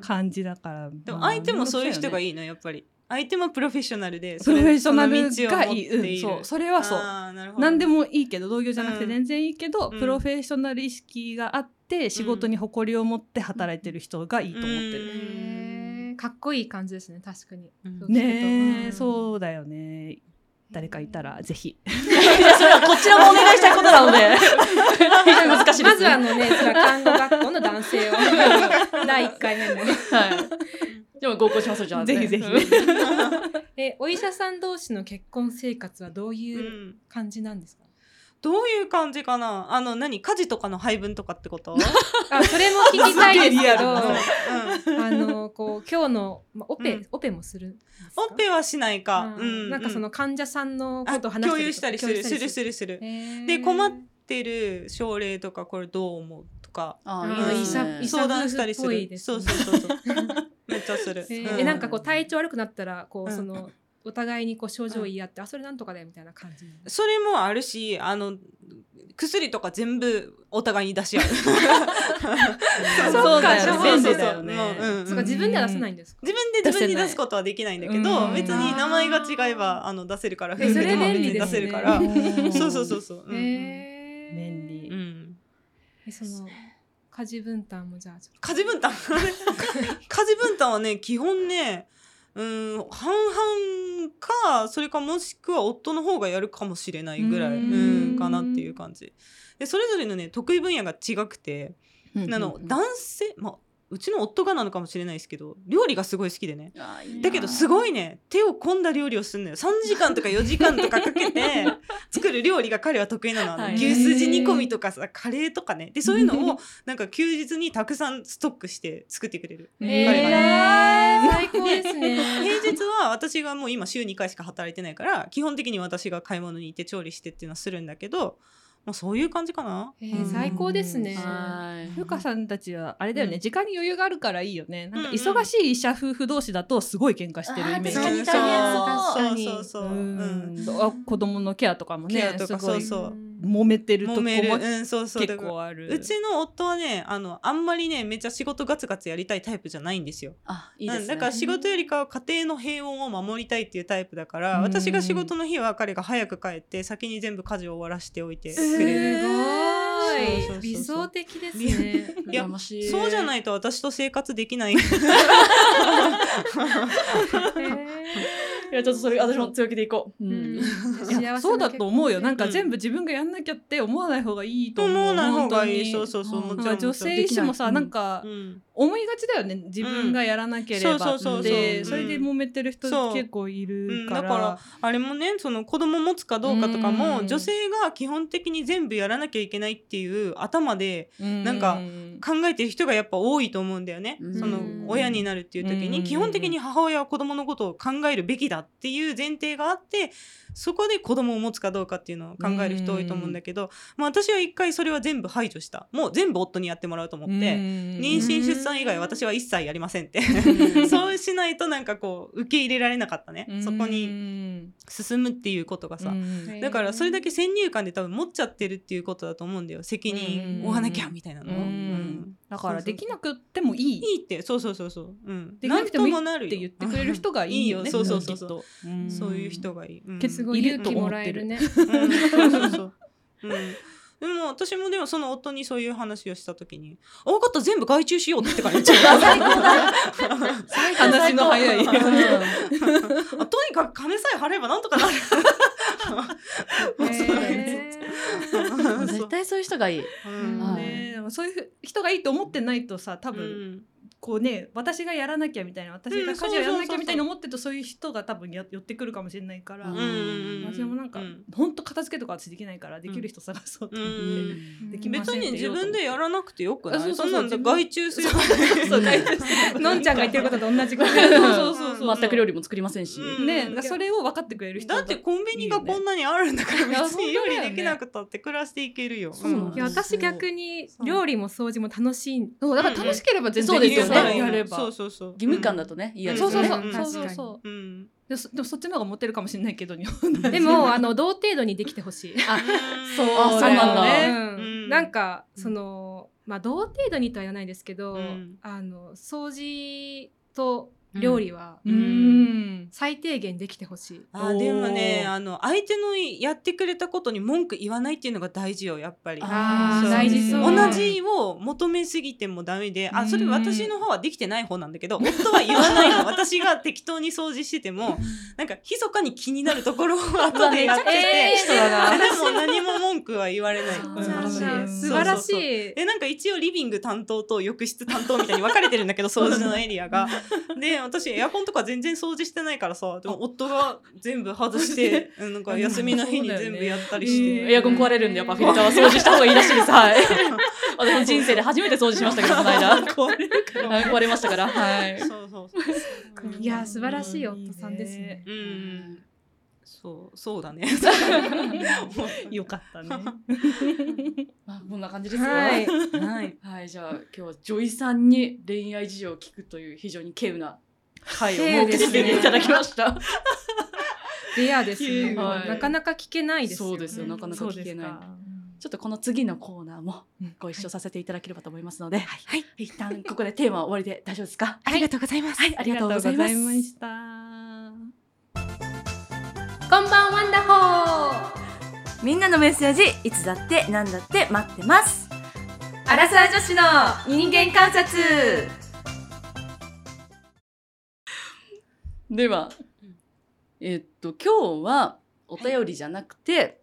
感じだからでも相手もそういう人がいいいのやっぱり相手もプロフェッショナルでプロフェッショナルその道をが持いっいてうんいそうるそれはそうあーなるほど何でもいいけど同業じゃなくてうん全然いいけど、うんプロフェッショナル意識があって仕事に誇りを持って働いてる人がいいと思ってる、うんかっこいい感じですね確かに。うんねえう。そうだよね誰かいたらぜひいやそれはこちらもお願いしたいことなので。非常に難しいです、ね。まずあのね、それは看護学校の男性を第一回目の。はい。でも合コンしましょうじゃあ、ぜひぜひえ、お医者さん同士の結婚生活はどうういうん感じなんですか。 どういう感じかなあの何家事とかの配分とかってこと、あ、それも聞きたいですけど、あうんのこう今日のまあオペ、うんオペもするんですか。オペはしないか、ううんん、なんかその患者さんのことをあ話共有したりするするする。るするでで困ってる症例とかこれどう思うとかああーいいですうんね。医者相談したりす夫婦っぽいるですそうねそうそうそうめっちゃす る、えうーえなんかこう体調悪くなったらこう、うんそのお互いにこう症状を言い合って、あそれなんとかだよみたいな感じなんですそれもあるしあの薬とか全部お互いに出し合うそうだよねそうそうそう便利だよねもううんうんそっか自分では出せないんですか、自分で自分に出すことはできないんだけど、うん別に名前が違えばあの出せるから夫え婦そでれも別便利にで出すねせるから、そうそうそううそう、うんえー便利、うんえその家事分担もじゃあちょっ家事分担家事分担はね基本ねうん半々かそれかもしくは夫の方がやるかもしれないぐらいうんうんかなっていう感じでそれぞれのね得意分野が違くてあの男性まあうちの夫がなのかもしれないですけど料理がすごい好きでねあーいいなだけどすごいね手を込んだ料理をするのよ3時間とか4時間とかかけて作る料理が彼は得意なのあのはい牛すじ煮込みとかさカレーとかねでそういうのをなんか休日にたくさんストックして作ってくれると、ー彼がえー、最高です平 ね日は私がもう今週2回しか働いてないから基本的に私が買い物に行って調理してっていうのはするんだけどもうそういう感じかな。えー、最高ですね、はいゆかさんたちはあれだよね、うん時間に余裕があるからいいよねなんかうんうん忙しい医者夫婦同士だとすごい喧嘩してるイメージ確あかにう大ん変そうそうそうそうそうう。うんんあ子供のケアとかもねケアとかすごいそうそううん揉めてるとこ揉める、もうん、そうそうだ結から構ある。うちの夫はねあのあんまりねめっちゃ仕事ガツガツやりたいタイプじゃないんですよあ、いいですね。うんだから仕事よりかは家庭の平穏を守りたいっていうタイプだから、うん私が仕事の日は彼が早く帰って先に全部家事を終わらせておいてくすごれる、そうそうそうそいう理想的ですね。いや羨ましいそうじゃないと私と生活できないいや、ちょっとそれ、私も強気でいこう。ううんんいや幸せなそうだと思うよ。結婚なんか全部自分がやんなきゃって思わない方がいいとと思う。思わない方がいいそ本うそうそううんもち当にろん女性医師もさ、うんなんかうん思いがちだよね。自分がやらなけうれんそうばそうそうそうっうて、んそれで揉めてる人そう結構いるうかんだからら。あれもねその子供持つかどうかとかうもん女性が基本的に全部やらなきゃいけないっていう頭でなんか考えてる人がやっぱ多いと思うんだよね、うんその親になるっていう時うにん基本的に母親は子供のことを考えるべきだっていう前提があってそこで子供を持つかどうかっていうのを考える人多いと思うんだけど、まあ、私は一回それは全部排除したもう全部夫にやってもらうと思って。妊妊娠出産以外私は一切やりませんって そうしないとなんかこう受け入れられなかったねそこにに進むっていうことがへさーだからそれだけ先入観で多分持っちゃってるっていうことだと思うんだよ責任負わなきゃみたいなのはうんうんだからできなくてもいいいいってそうそうそうそううんできなくてもいいんなるって言ってくれる人がいいよいいね。よそうそうそうそうきっとうんそういう人がいい、うん、すごいいる勇と気も思ってるらえる ね。うんそうそうそううんでも私もでもその夫にそういう話をした時に「あ分かった全部外注しよう」って言って から言っちゃう話の早い。あとにかく金さえ払えばなんとかなるへそうなんーですそう 絶対そういう人がいい。うんはいねでもそういう人がいいと思ってないとさ多う分んこうね私がやらなきゃみたいな私が家事をやらなきゃみたいに思ってるとそういう人が多分や寄ってくるかもしれないから、うん私もなんか、うほんと片付けとか私できないからできる人探そうと思って、うんできま別せんに自分でやらなくてよくないあそうそそうんそなうんで外注すればそう大 のんちゃんが言ってることと同じこと。そうそうそうそう全く料理も作りませんし。うんねなんかそれを分かってくれる人だってコンビニがこんなにあるんだから別に料理できなくたって暮らしていけるよ。そうなんいや私逆にそう料理も掃除も楽しい。そうだから楽しければ全然そうですよねいいよねやればそうそうそう。義務感だとね、いいやつそうねそうそううんそう確そうかにそううん。うん。でもそでもそっちの方がモテるかもしれないけど日本ででもあの同程度にできてほしい。そうあそうなんだだよううんんなんかそのまあ同程度にとは言わないですけど、うんあの掃除と料理はうんん最低限できてほしい。あでもねあの相手のやってくれたことに文句言わないっていうのが大事よやっぱり。あーそう大事そう同じを求めすぎてもダメで、あ、それうん私の方はできてない方なんだけど、夫は言わないの。私が適当に掃除してても、なんか、密かに気になるところを後でやってて、誰も何も文句は言われない。うじゃあじゃあ素晴らしそうそうそうい。え、なんか一応リビング担当と浴室担当みたいに分かれてるんだけど、掃除のエリアが。で、私エアコンとか全然掃除してないからさ、でも夫が全部外して、うんなんか休みの日に全部やったりして。エアコン壊れるんで、やっぱフィルターは掃除した方がいいらしいです。はい。私も人生で初めて掃除しましたけど、この 間。壊れはい、壊れましたから。はい。そうそうそう。いや素晴らしい夫さんですね。うん。そう、そう だね。よかったねまあ、こんな感じですよ。ははいい。。はい、じゃあ、今日はジョイさんに恋愛事情を聞くという非常に稀有な回を設けていただきました。 レアですいえいね。えはいなかなか聞けないです よ。そうですよ、なかなかそう聞でけすない。かちょっとこの次のコーナーもご一緒させていただければと思いますので、はい、一旦ここでテーマは終わりで大丈夫ですか。ありがとうございます。はい、ありがとうございます。したこんばんワンダホー。みんなのメッセージいつだって何だって待ってますアラサー女子の人間観察では、えっと今日はお便りじゃなくて、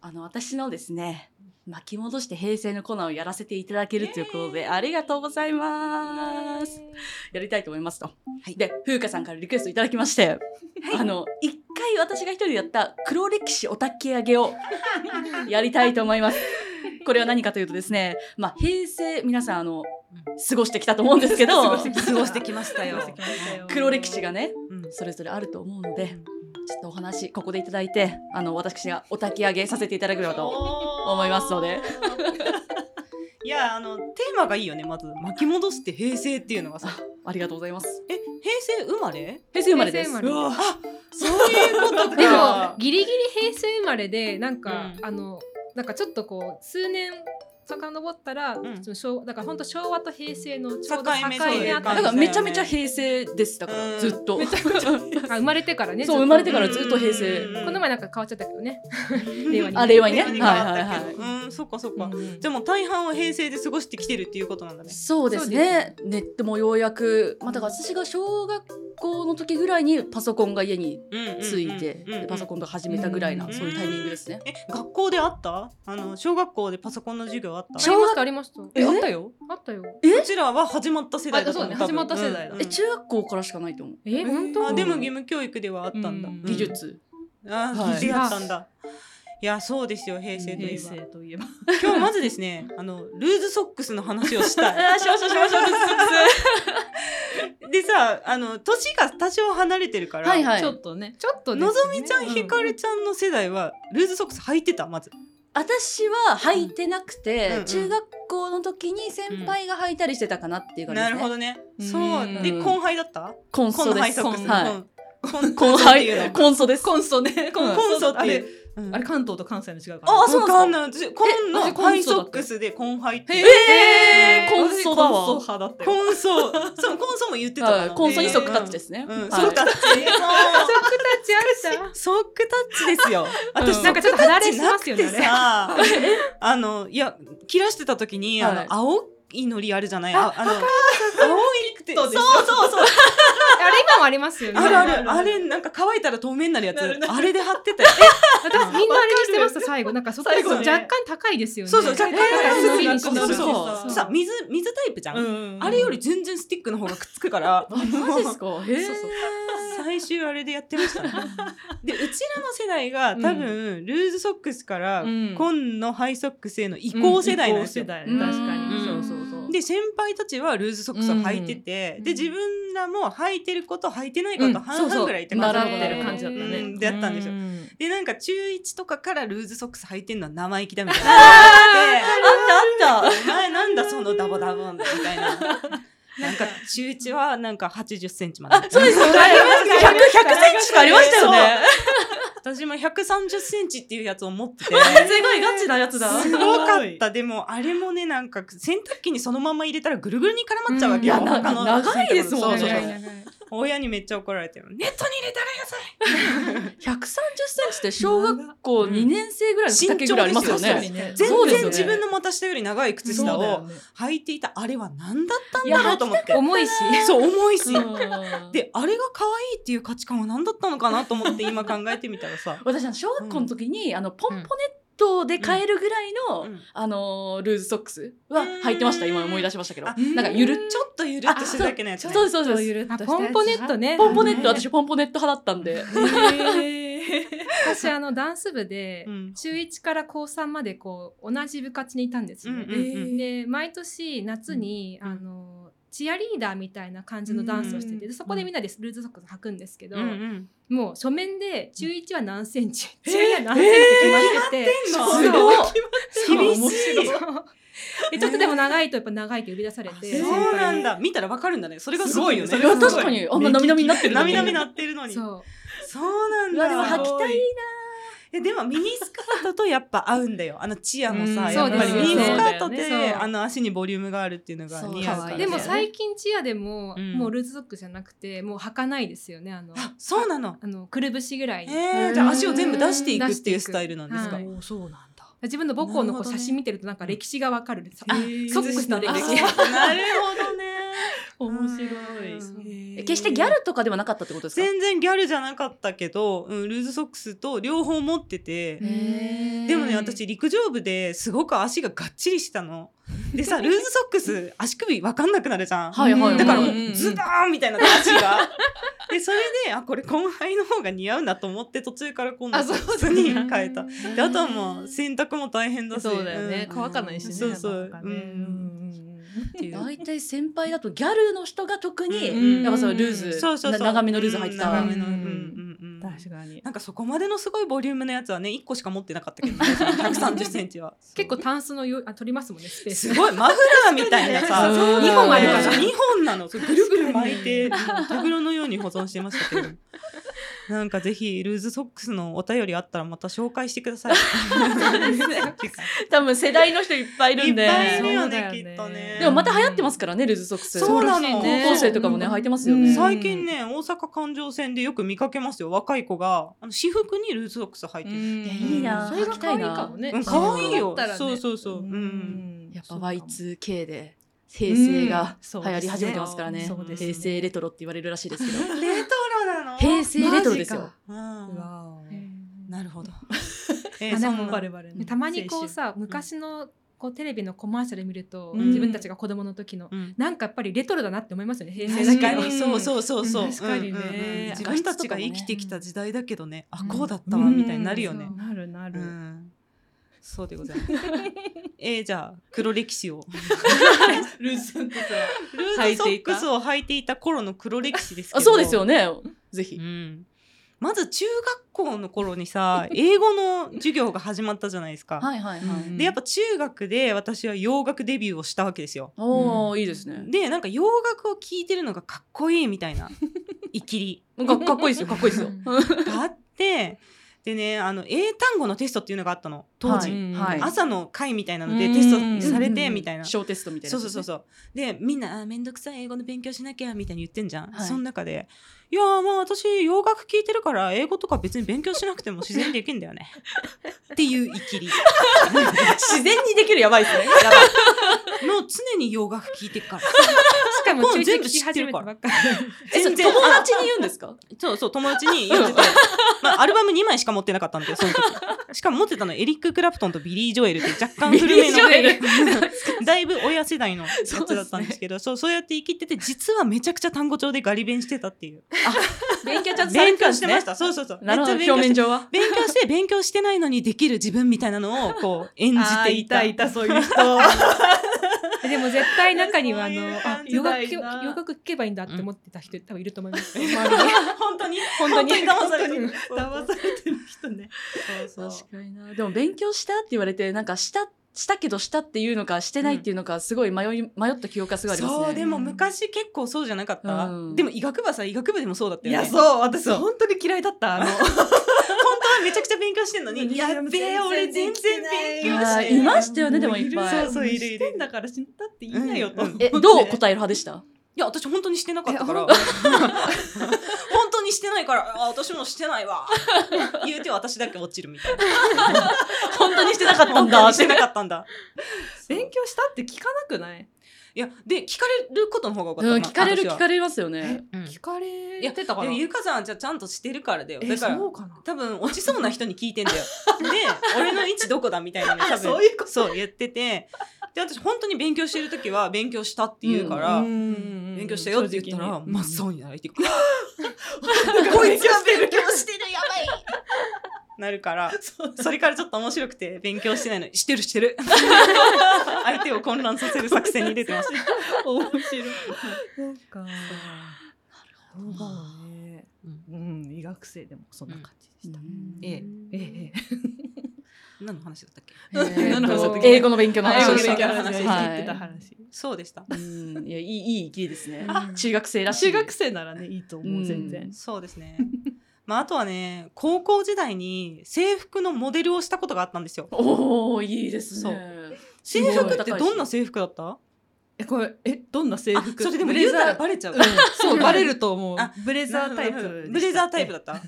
あの私のですね、巻き戻して平成のコーナーをやらせていただけるということで、ありがとうございます。やりたいと思いますと。で、風花さんからリクエストいただきまして、あの、一回私が一人でやった黒歴史おたき上げ をやりたいと思います。これは何かというとですね、まあ、平成、皆さん、あの、過ごしてきたと思うんですけど、 過ごしてきましたよ。黒歴史がね、うんそれぞれあると思うので、ちょっとお話、ここでいただいて、あの、私がおたき上げさせていただければと。思思いますので。 いやあのテーマがいいよねまず巻き戻して平成っていうのがさありがとうございます。え平成生まれ平成生まれです。平成生まれうわあそういうことかでもギリギリ平成生まれでなんか、うんあのなんかちょっとこう数年遡ったら、んその昭だから本当昭和と平成のちょうど境境だ目あ目たそかういう感りじらめちゃめちゃ平成ですだかうらんずっとあ生まれてからねそう生まれてからずっと平うん成この前なんか変わっちゃったけ どね令和にあ令和にね何はいがあったはけいどうんそっかそっかうんじゃあもう大半を平成で過ごしてきてるっていうことなんだねそうですねネットもようやくまあだから私が小学校の時ぐらいにパソコンが家についてでパソコンンとか始めたぐらいなうんそういうタイミングですねえ学校であったあの小学校でパソコンの授業あった小ありましたありましたえあったよあったようちらは始まった世代だと思あそうだね多分始まった世代だうんえ中学校からしかないと思うえ本当あでも義務教育ではあったんだ、うん技術あはい技術だったんだいやそうですよ平成とい平えば成といえば今日まずですねあのルーズソックスの話をしたいしましょうしましょう でさあの年が多少離れてるから、はいはいちょっとねちょっとのぞみちゃん、引ひかるちゃんの世代はルーズソックス履いてたまず私は履いてなくて、うんうん中学校の時に先輩が履いたりしてたかなっていう感じですなね。るほどねうんそうでうん紺杯だったコン紺ソのでハイす。ソックスは紺い。コンソ紺っていうのコンソです。コンソねココンソってあいれううんあれ関東と関西の違うかあらあそうなんですか私紺のえ私ハイ紺ソソだッったクスで紺杯ってへいうえー、コン私ソだコンわソ。派だったよ紺ソそう紺ソも言ってたかはないコンソに即タタッッチチですね。うん、はい ソックタッチ。あったソックタッチですよ。私なんかちょっと離れしますよねソックタッチなくてさ、 あのいや切らしてた時に、はいあの青いのりあるじゃない。ああの青いくて、そうそうそう。あれ今もありますよねあるあるるあれなんか乾いたら透明になるやつ。なるなるあれで貼ってたよ。私みんなあれにしてました最後なんかそこ最後ね若干高いですよねそうそう。若干えー水にそうそうそうそそうう。さ水水タイプじゃん。んあれより全然スティックの方がくっつくから。あマジですか。へえ。そうそう最終あれでやってましたね。でうちらの世代が多分、ルーズソックスからうん紺のハイソックスへの移行世代なんですよ。移行世代うん確かに、うんそうそうそうで先輩たちはルーズソックスを履いてて、うんで自分らも履いてること履いてないこと半々ぐらいってな感るじほどだった並んでよる感じだったね、うんでやったんですようんでなんか中1とかからルーズソックス履いてんのは生意気だみたいなあったあったお前なんだそのダボダボみたいななんか中1はなんか8 0センチまでそうですよね。百百センチしかありましたよね。私も1 3 0センチっていうやつを持っててすごいガチなやつだ。すごかった。でも、あれもね、なんか、洗濯機にそのまま入れたらぐるぐるに絡まっちゃうわけよ。うんいや他のな長いですもんねそうそうそう長い長い親にめっちゃ怒られてる。ネットに入れたら野菜百三十センチって小学校二年生ぐらいの背丈ぐらいありますよ身長です ね。そうですよ全然ね自分の股下より長い靴そうだ下よをね履いていたあれは何だったんだろうと思って。重いしそう、重いし。うん。で、あれが可愛いっていう価値観は何だったのかなと思って今考えてみたらさ私あの小学校の時に、あのポンポネットで買えるぐらいの、うんあのールーズソックスは履いてました、うん今思い出しましたけどあなんかゆるっちょっとゆるっとしてるだけのやつね。そうですそうですあポンポネットねポンポネットね私ポンポネット派だったんで私あのダンス部でうん中1から高3までこう同じ部活にいたんですよ、うんうんうんで毎年夏に、うんあのチアリーダーみたいな感じのダンスをしてて、うんでそこでみんなでルーズソックス履くんですけど、うんうんもう書面で中1は何センチ、中2は何センチって決まってて、えーすごいそう厳しい面白いでちょっとでも長いとやっぱ長いって呼び出されて、そうなんだ。見たらわかるんだね。それがすごいよね。それは確かにあんななみなみになってるのなにみなみなってるのに。そうそうなんうわでもだ。履きたいえでもミニスカートとやっぱ合うんだよ。あのチアもさ、うんやっぱりそうでミすニスカートで、そうだよねそうあの足にボリュームがあるっていうのが似合うから、そうでね。もさい最近チアでも、うんもうルーズソックスじゃなくてもう履かないですよねあのあそうなの。あのくるぶしぐらいに、えー、じゃあ足を全部出していくっていうスタイルなんですか。はいおーそうなんだ。自分の母校のこうなるほどね写真見てるとなんか歴史がわかるんですよ。あソックスの歴史あなるほどね。面白いうんえ決してギャルとかではなかったってことですか全然ギャルじゃなかったけど、うん、ルーズソックスと両方持ってて、へでもね私陸上部ですごく足ががっちりしたの。でさルーズソックス足首わかんなくなるじゃん。はいはい、だからもうんうズダーンみたいな感じが。でそれであこれ紺杯の方が似合うなと思って途中から今度あソそうだッねクスに変えた。であとはもう洗濯も大変だし。そうだよね、うん乾かないしねそうそうなかなかねうんうんっていう大体先輩だとギャルの人が特に、うんやっぱそのルーズ、そうそうそうな長めのルーズ履いてた、うん長めの。ううんんうんうん確かになんかそこまでのすごいボリュームのやつはね1個しか持ってなかったけど、ね、130センチは結構タンスのよあ取りますもんねスペース。すごいマフラーみたいなさそう2本あるからそう2本なのそうぐるぐる巻いて手袋のように保存してましたけどなんかぜひルーズソックスのお便りあったらまた紹介してください。多分世代の人いっぱいいるいんっで。ぱいいるよそうだよねねきっとね。でもまた流行ってますからね、ルーズソックス。そうなの高校生とかもね、うん履いてますよね。うん最近ね大阪環状線でよく見かけますよ若い子があの私服にルーズソックス履いてる。やいいなそれが可愛いかもね。うん可愛いよだったらねそうそうそううんやっぱ Y2K で平成が流行り始めてますからね。そうですね平成レトロって言われるらしいですけど。レトロなの。平成レトロですマジよか。うんうんなるほど。まあでもそんなバレバレのたまにこうさ昔のこうテレビのコマーシャル見ると、自分たちが子供の時のうんなんかやっぱりレトロだなって思いますよね平成だ確けかどにそうそうそうそう。うん確かにねうんうんうん自画分質たとちかがもね生きてきた時代だけどね、あうんこうだったわみたいになるよねうん。なるなうる、んそうでございます。えーじゃあ黒歴史をルーズソックスはルーズソックスを履いていた頃の黒歴史ですけど。あ、そうですよね。ぜうひ。ん。まず中学校の頃にさ英語の授業が始まったじゃないですか。はいはいはい。うんでやっぱ中学で私は洋楽デビューをしたわけですよ。おー、いいですね。でなんか洋楽を聴いてるのがかっこいいみたいなイキリかかっこいいですよ、かっこいいですよ。があってでねあの英単語のテストっていうのがあったの当時、ははいい朝の会みたいなのでテストされてうんみたいな。小テストみたいなそやうつそでうすそね。うそうでみんなあー「めんどくさい英語の勉強しなきゃ」みたいに言ってんじゃん、はいその中で「いやーまあ私洋楽聴いてるから英語とか別に勉強しなくても自然にできんだよね」っていうイキリ自然にできるやばいですね。の常に洋楽聴いてるからしかも中全全部部知知って始るめかたらばっかり。え、それ友達に言うんですかそうそう友達に読んでて、まあ、アルバム2枚しか持ってなかったんでその時しかも持ってたのエリック・クラプトンとビリー・ジョエルっていう若干古めビリージョエル のだいぶ親世代のやつだったんですけどそうそうやって生きてて実はめちゃくちゃ単語帳でガリ勉してたっていう勉強ちゃんとされ勉てたんで強しすてねましたそうそうそうなるほど、めっ表ちゃ勉強面して上は。勉強して勉強してないのにできる自分みたいなのをこう演じあてーいいたたいたそうい う人でも絶対中にはあそういうのあ感じ洋だ楽よな洋楽聴けばいいんだって思ってた人多分いると思います。本当に本当に騙されてる騙されてる人ねそうそう確かにな。でも勉強したって言われて、なんかした、したけどしたっていうのか、してないっていうのか、すごい迷い、迷った記憶がすごいありますね。そうでも昔結構そうじゃなかった、うんでも医学部はさ医学部でもそうだったいよねやそう私本当に嫌いだったあの本当は めちゃくちゃ勉強してんのに、やっべえ、俺全然勉強しあてーいましたよねでもいっぱいそうそういるいるしてんだから死んだって言いなよと、うんうんえ、どう答える派でしたいや、私本当にしてなかったから。い 本当にしてないから、あ、私もしてない わ。言うて私だけ落ちるみたいな。 本当にしてなかったん本だ当にっしててな。かったんだ。勉強したって聞かなくないいや、で、聞かれることの方が多かったうな。ん、聞かれる、私は聞かれますよね。うん聞かれてたかいらや、ゆかさんはじゃあちゃんとしてるからだよ。えだからそ。うかな多分落ちそうな人に聞いてん だよ。で、俺の位置どこだみたいなの多分そういうことそう言ってて、で私本当に勉強してる時は勉強したって言うから、勉強したよって言ったら、真っ青になられ てくる。こいつは勉強してる、やばいなるから、それからちょっと面白くて、勉強してないのに、してるして る。相手を混乱させる作戦に出てました。面白いそうかそうどだねうん医学生でもそんな感じでした、うんええええ何の話だったっけえーなるほど英語の勉強のあ話英語でのし勉強た。の話話聞いてたは話、そうでした。いうんいや、いい、いい意見ですね。あ中学生らしい。中学生ならねいいと思ううん全然、そうですね。 まあ、あとはね、高校時代に制服のモデルをしたことがあったんですよ。おおいいですそうね。制服ってどんな制服だったえこれえどんな制あ服それでもブレ言うザたらーバレちゃう うん。そうバレると思うあブレザータイプブレザータイプだだった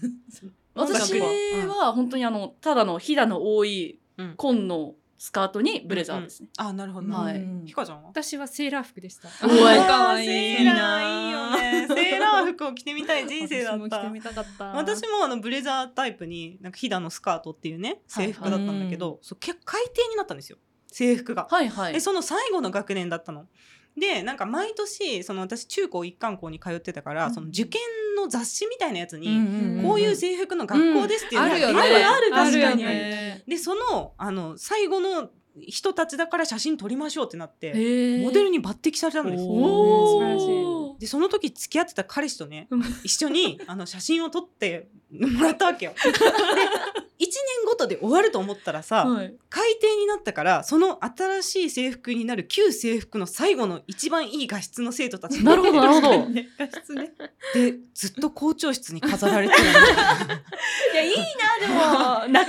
私は本当にあの、ただのひだの多いうん紺のスカートにブレザーですね。あ、なるほど。はいひかちゃんは私はセーラー服でした。おいあーかわいいセーなラーいいよね。セーラー服を着てみた い人生だっ私も着てた。みたかった私もあのブレザータイプになんかひだのスカートっていうね制服だったんだけど、はそう結改定になったんですよ制服が。はいはい。でその最後の学年だったの。でなんか毎年その私中高一貫校に通ってたから、うんその受験の雑誌みたいなやつうんに、んんこういう制服の学校ですっていうのあがるよねあるあるあ確るかよに。ねでそのあの最後の人たちだから写真撮りましょうってなって、へーモデルに抜擢されたんですよ。お素晴らしお。でその時付き合ってた彼氏とねうん一緒にあの写真を撮ってもらったわけよ。で1年ごことで終わると思ったらさ、はい改定になったからその新しい制服になる旧制服の最後の一番いい画質の生徒たちな るほどなるほどね画質ねでずっと校長室に飾られてるのいや、いいな、でも。なかなかな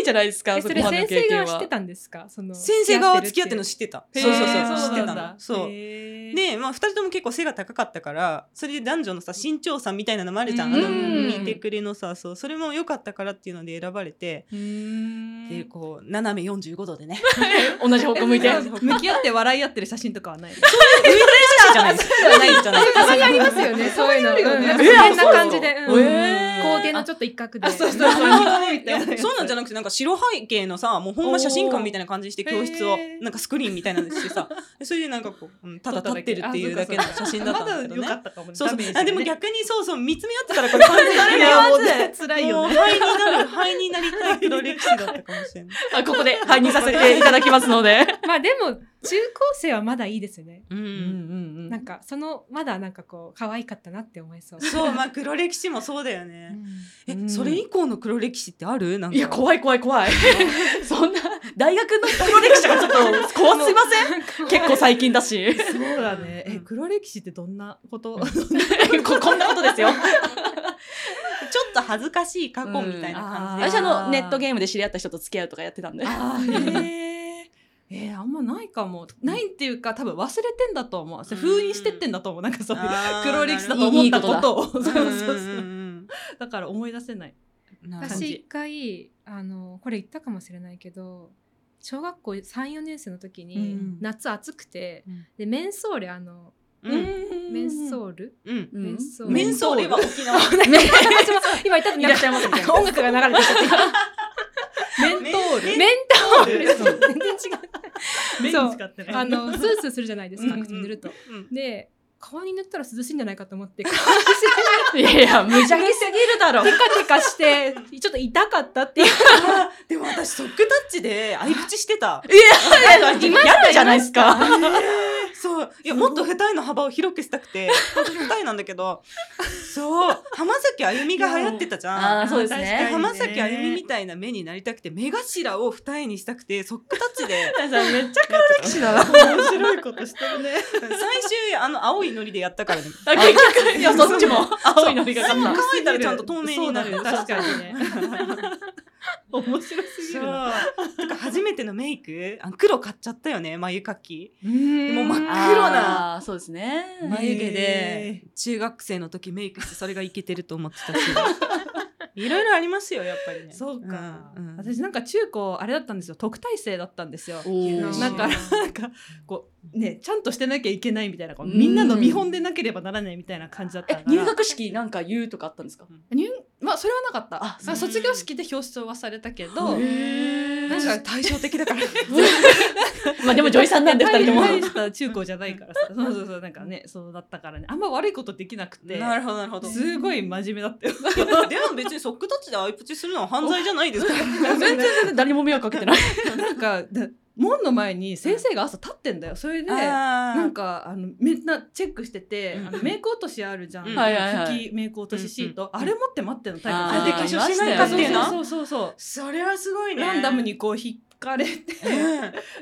いじゃないですかえそれ先生が知ってたんですかその先生側は付き合ってるの知ってたへーそうそうそうそう知ってなたんだのそうへーで、まあ、2人とも結構背が高かったからそれで男女のさ身長差みたいなのもあるじゃん、あのうん見てくれのさそうそれも良かったからっていうので選ばれて、でこう斜め45度で ね同じ方向向いて向き合って笑い合ってる写真とかはないじゃないですかないんじゃないたまにありますよねそういうのうんなんかえ自あ然な感じでそううんえー校庭のちょっと一角でそうそうそうえ そうなんじゃなくてなんか白背景のさもうほんま写真館みたいな感じにして教室をへーなんかスクリーンみたいなのにしてさそれでなんかこう、うんただ立ってるっていうだけの写真だったんだけどまだ良かね。ったかも ねそうそうダメージあでも逆にそうそう見つめ合ってたら これ完全にいやもう辛いよ もうね灰になる灰になりたい黒歴史だったかもしれない。あここで配任させていただきますのでまあでも中高生はまだいいですよねううんんうんなんかそのまだなんかこう可愛かったなって思えそうそうまあ黒歴史もそうだよね。え、うんそれ以降の黒歴史ってあるなんかいや怖い怖い怖いそんな大学の黒歴史がちょっと怖すぎません結構最近だし そうだねうえん黒歴史ってどんなことここんなことですよちょっと恥ずかしい過去みたいな感じ私あでうんのネットゲームで知り合った人と付き合うとかやってたんであーへー えー、あんまないかもないっていうか多分忘れてんだと思うそれ封印してってんだと思うなんかそういうあー 黒歴史だと思ったことをうん そうそううそうんだから思い出せないうんなるほど感じ私一回あのこれ言ったかもしれないけど小学校34年生の時に、うん夏暑くて、うんでメンソーレあの、うんメンソー ル、うんうメんンソールメンソーレは沖縄。今言ったといらっしゃいませみたいな 音楽が流れてきメントールてメントール そ全う然違メン使ってうなあいのスースーするじゃないですかうんうん口に塗るとうんで顔に塗ったら涼しいんじゃないかと思っていやいや無邪気すぎるだろテカテカしてちょっと痛かったっていうあーでも私ソックタッチで相口してた。ギャルじゃないですかそういやもっと二重の幅を広くしたくて本当に二重なんだけ どそう浜崎あゆみが流行ってたじゃあんー。そうですでね浜崎あゆみみたいな目になりたくて目頭を二重にしたくてソックタッチでめっちゃ黒歴史だな 面白いことしてるね最終あの青いのりでやったからねあ結局いやそっちも青いのりがかそうかっ乾いたらちゃんと透明になるそうだね確かにね 面白すぎそうるなとか初めてのメイクあ黒買っちゃったよね眉かきももう真っ黒たなあーそうですね眉毛でへ中学生の時メイクしてそれがイケてると思って たしいろいろありますよやっぱりねそうか、うんうん私なんか中高あれだったんですよ特待生だったんですよーだからなんかこうねちゃんとしてなきゃいけないみたいなこうみんなの見本でなければならないみたいな感じだったえから入学式なんか言うとかあったんですか入まあそれはなかったああそう卒業式で表彰はされたけどへなんか対照的だからまあでも女医さんなんで二人とも大した中高じゃないからさ そうそうそうなんかねそうだったからねあんま悪いことできなくてなるほどなるほ どすごい真面目だったよでも別にソックタッチでアイプチするのは犯罪じゃないですから 全然全然誰にも迷惑かけてないなんかだ門の前に先生が朝立ってんだよそれでななんかあのみんなチェックしてて、うんあのメイク落としあるじゃん、うんはいはいはい拭きメイク落としシート、うんあれ持って待ってんの体あ育ーあ館でれで化粧しないかっていうなそうそうそうそうそれはすごいねランダムにこう引かれてうん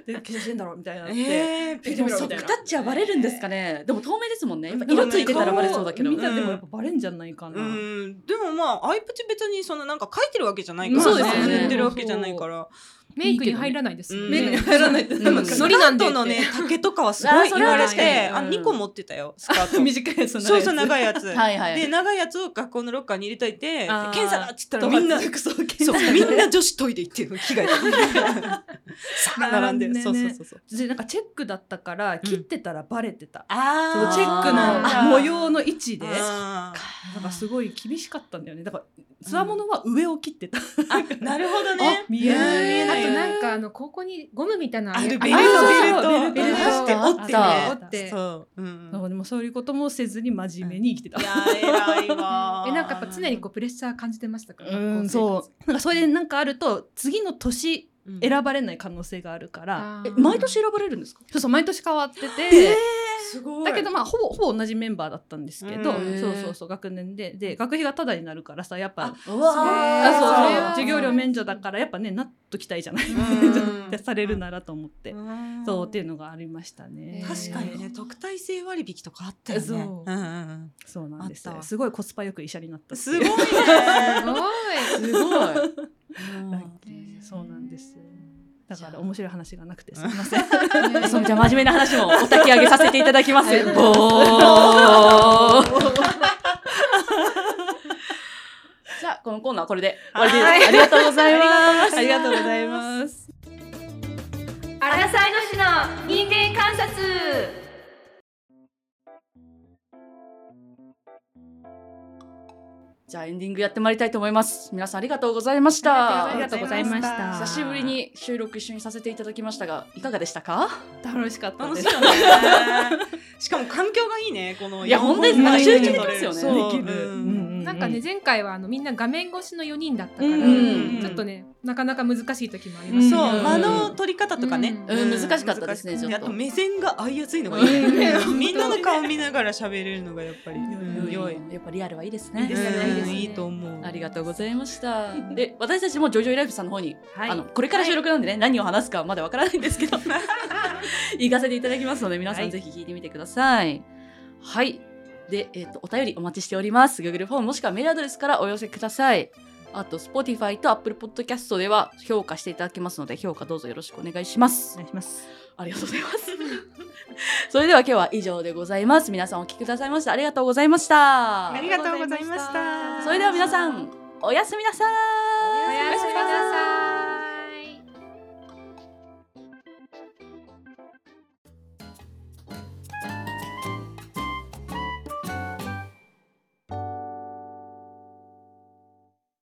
で化粧してんだろみたいになって、えーピでロもピロソッみたいクなタッチはバレるんですかねでも透明ですもんねやっぱでも色ねついてたらバレそうだけど顔を見たうんでもやっぱバレんじゃないかな、うんでもまあアイプチ別にそのなんか書いてるわけじゃないからそうですよね塗ってるわけじゃないからメイクに入らないですよねメイクに入らないってうんなんかスノカリなんーでっトてのね竹とかはすあごーいそ言れはわれ確かにてあうん2個持ってたよスカ ート 短いやつ長いそやつうそう長いいやつはいはいで長いやつを学校のロッカーに入れといてあー検査だっつったらとみんなクソ検 そ査うみんな女子トイレ行ってるの着替えて さあ並んで並んでねそうそうそうそうでなんかチェックだったから切ってたらバレてた、あそうチェックなんだの模様の位置であなんかすごい厳しかったんだよねだからつわものは上を切ってた、ーなるほどねあ見えないうん見えあないとなんかあの高校にゴムみたいなのあれるあベルトそうベベルルトトベルト折折っっててね折ってそううんそうでもそういうこともせずに真面目に生きてたい、やー偉いわーえなんかやっぱ常にこうプレッシャー感じてましたからうんそうなんかそれでなんかあると次の年うん選ばれない可能性があるから、毎年選ばれるんですかそうそう毎年変わってて、えすごいだけどまあほぼほぼ同じメンバーだったんですけど、うんそうそうそう学年でで学費がタダになるからさやっぱうあわそそうれは授業料免除だからやっぱねなっときたいじゃないうんされるならと思って、うんそうっていうのがありましたね。確かにね特待生割引とかあったよねそうんんそうなんですあったよわすごいコスパよく医者になっうたんってすいごうい ねすごい。すごい。ラッキーそうなんですよだから面白い話がなくてすみませんそのじゃあ真面目な話もお焚き上げさせていただきます。あり がとうぼーじゃあこのコーナーはこれで終わりです。ありがとうございます。ありがとうございますアラサイの市の人間観察じゃあエンディングやってまいりたいと思います。皆さんありがとうございましあた。りがとうございました。久しぶり。に収録一緒にさせていただきましたが、いかがでしたか楽しかった楽でしいすよねしかも環境がいいねこのいや四本当です本なんか撮れる集中できますよねそうできる、うんなんかね前回はあのみんな画面越しの4人だったから、うんちょっとねなかなか難しい時もありましたけそど。う、うん間の取り方とかね、うんうん難しかったですねちょっとあと目線が合いやすいのがいいね、 みんなの顔見ながら喋れるのがやっぱりうん良い。やっぱリアルはいいですうんね。ですねいいと思う。ありがとうございま した。で、私たちもジョジョイライフさんの方に、はいあのこれから収録なんでね、何を話すかはまだわからないんですけ ど、行かせていただきますので、皆さはんいぜひ聞いてみてください。はい。で、えっ、とお便りお待ちしております。Google フォームもしくはメールアドレスからお寄せください。あと Spotify と Apple Podcast では評価していただけますので、評価どうぞよろしくお願いしますお。願いしますありがとうございます。 それでは今日は以上でございます。皆さんお聞きくださいましてありがとうございました。ありがとうございました。それでは皆さん、おやすみなさーい。おやすみなさい。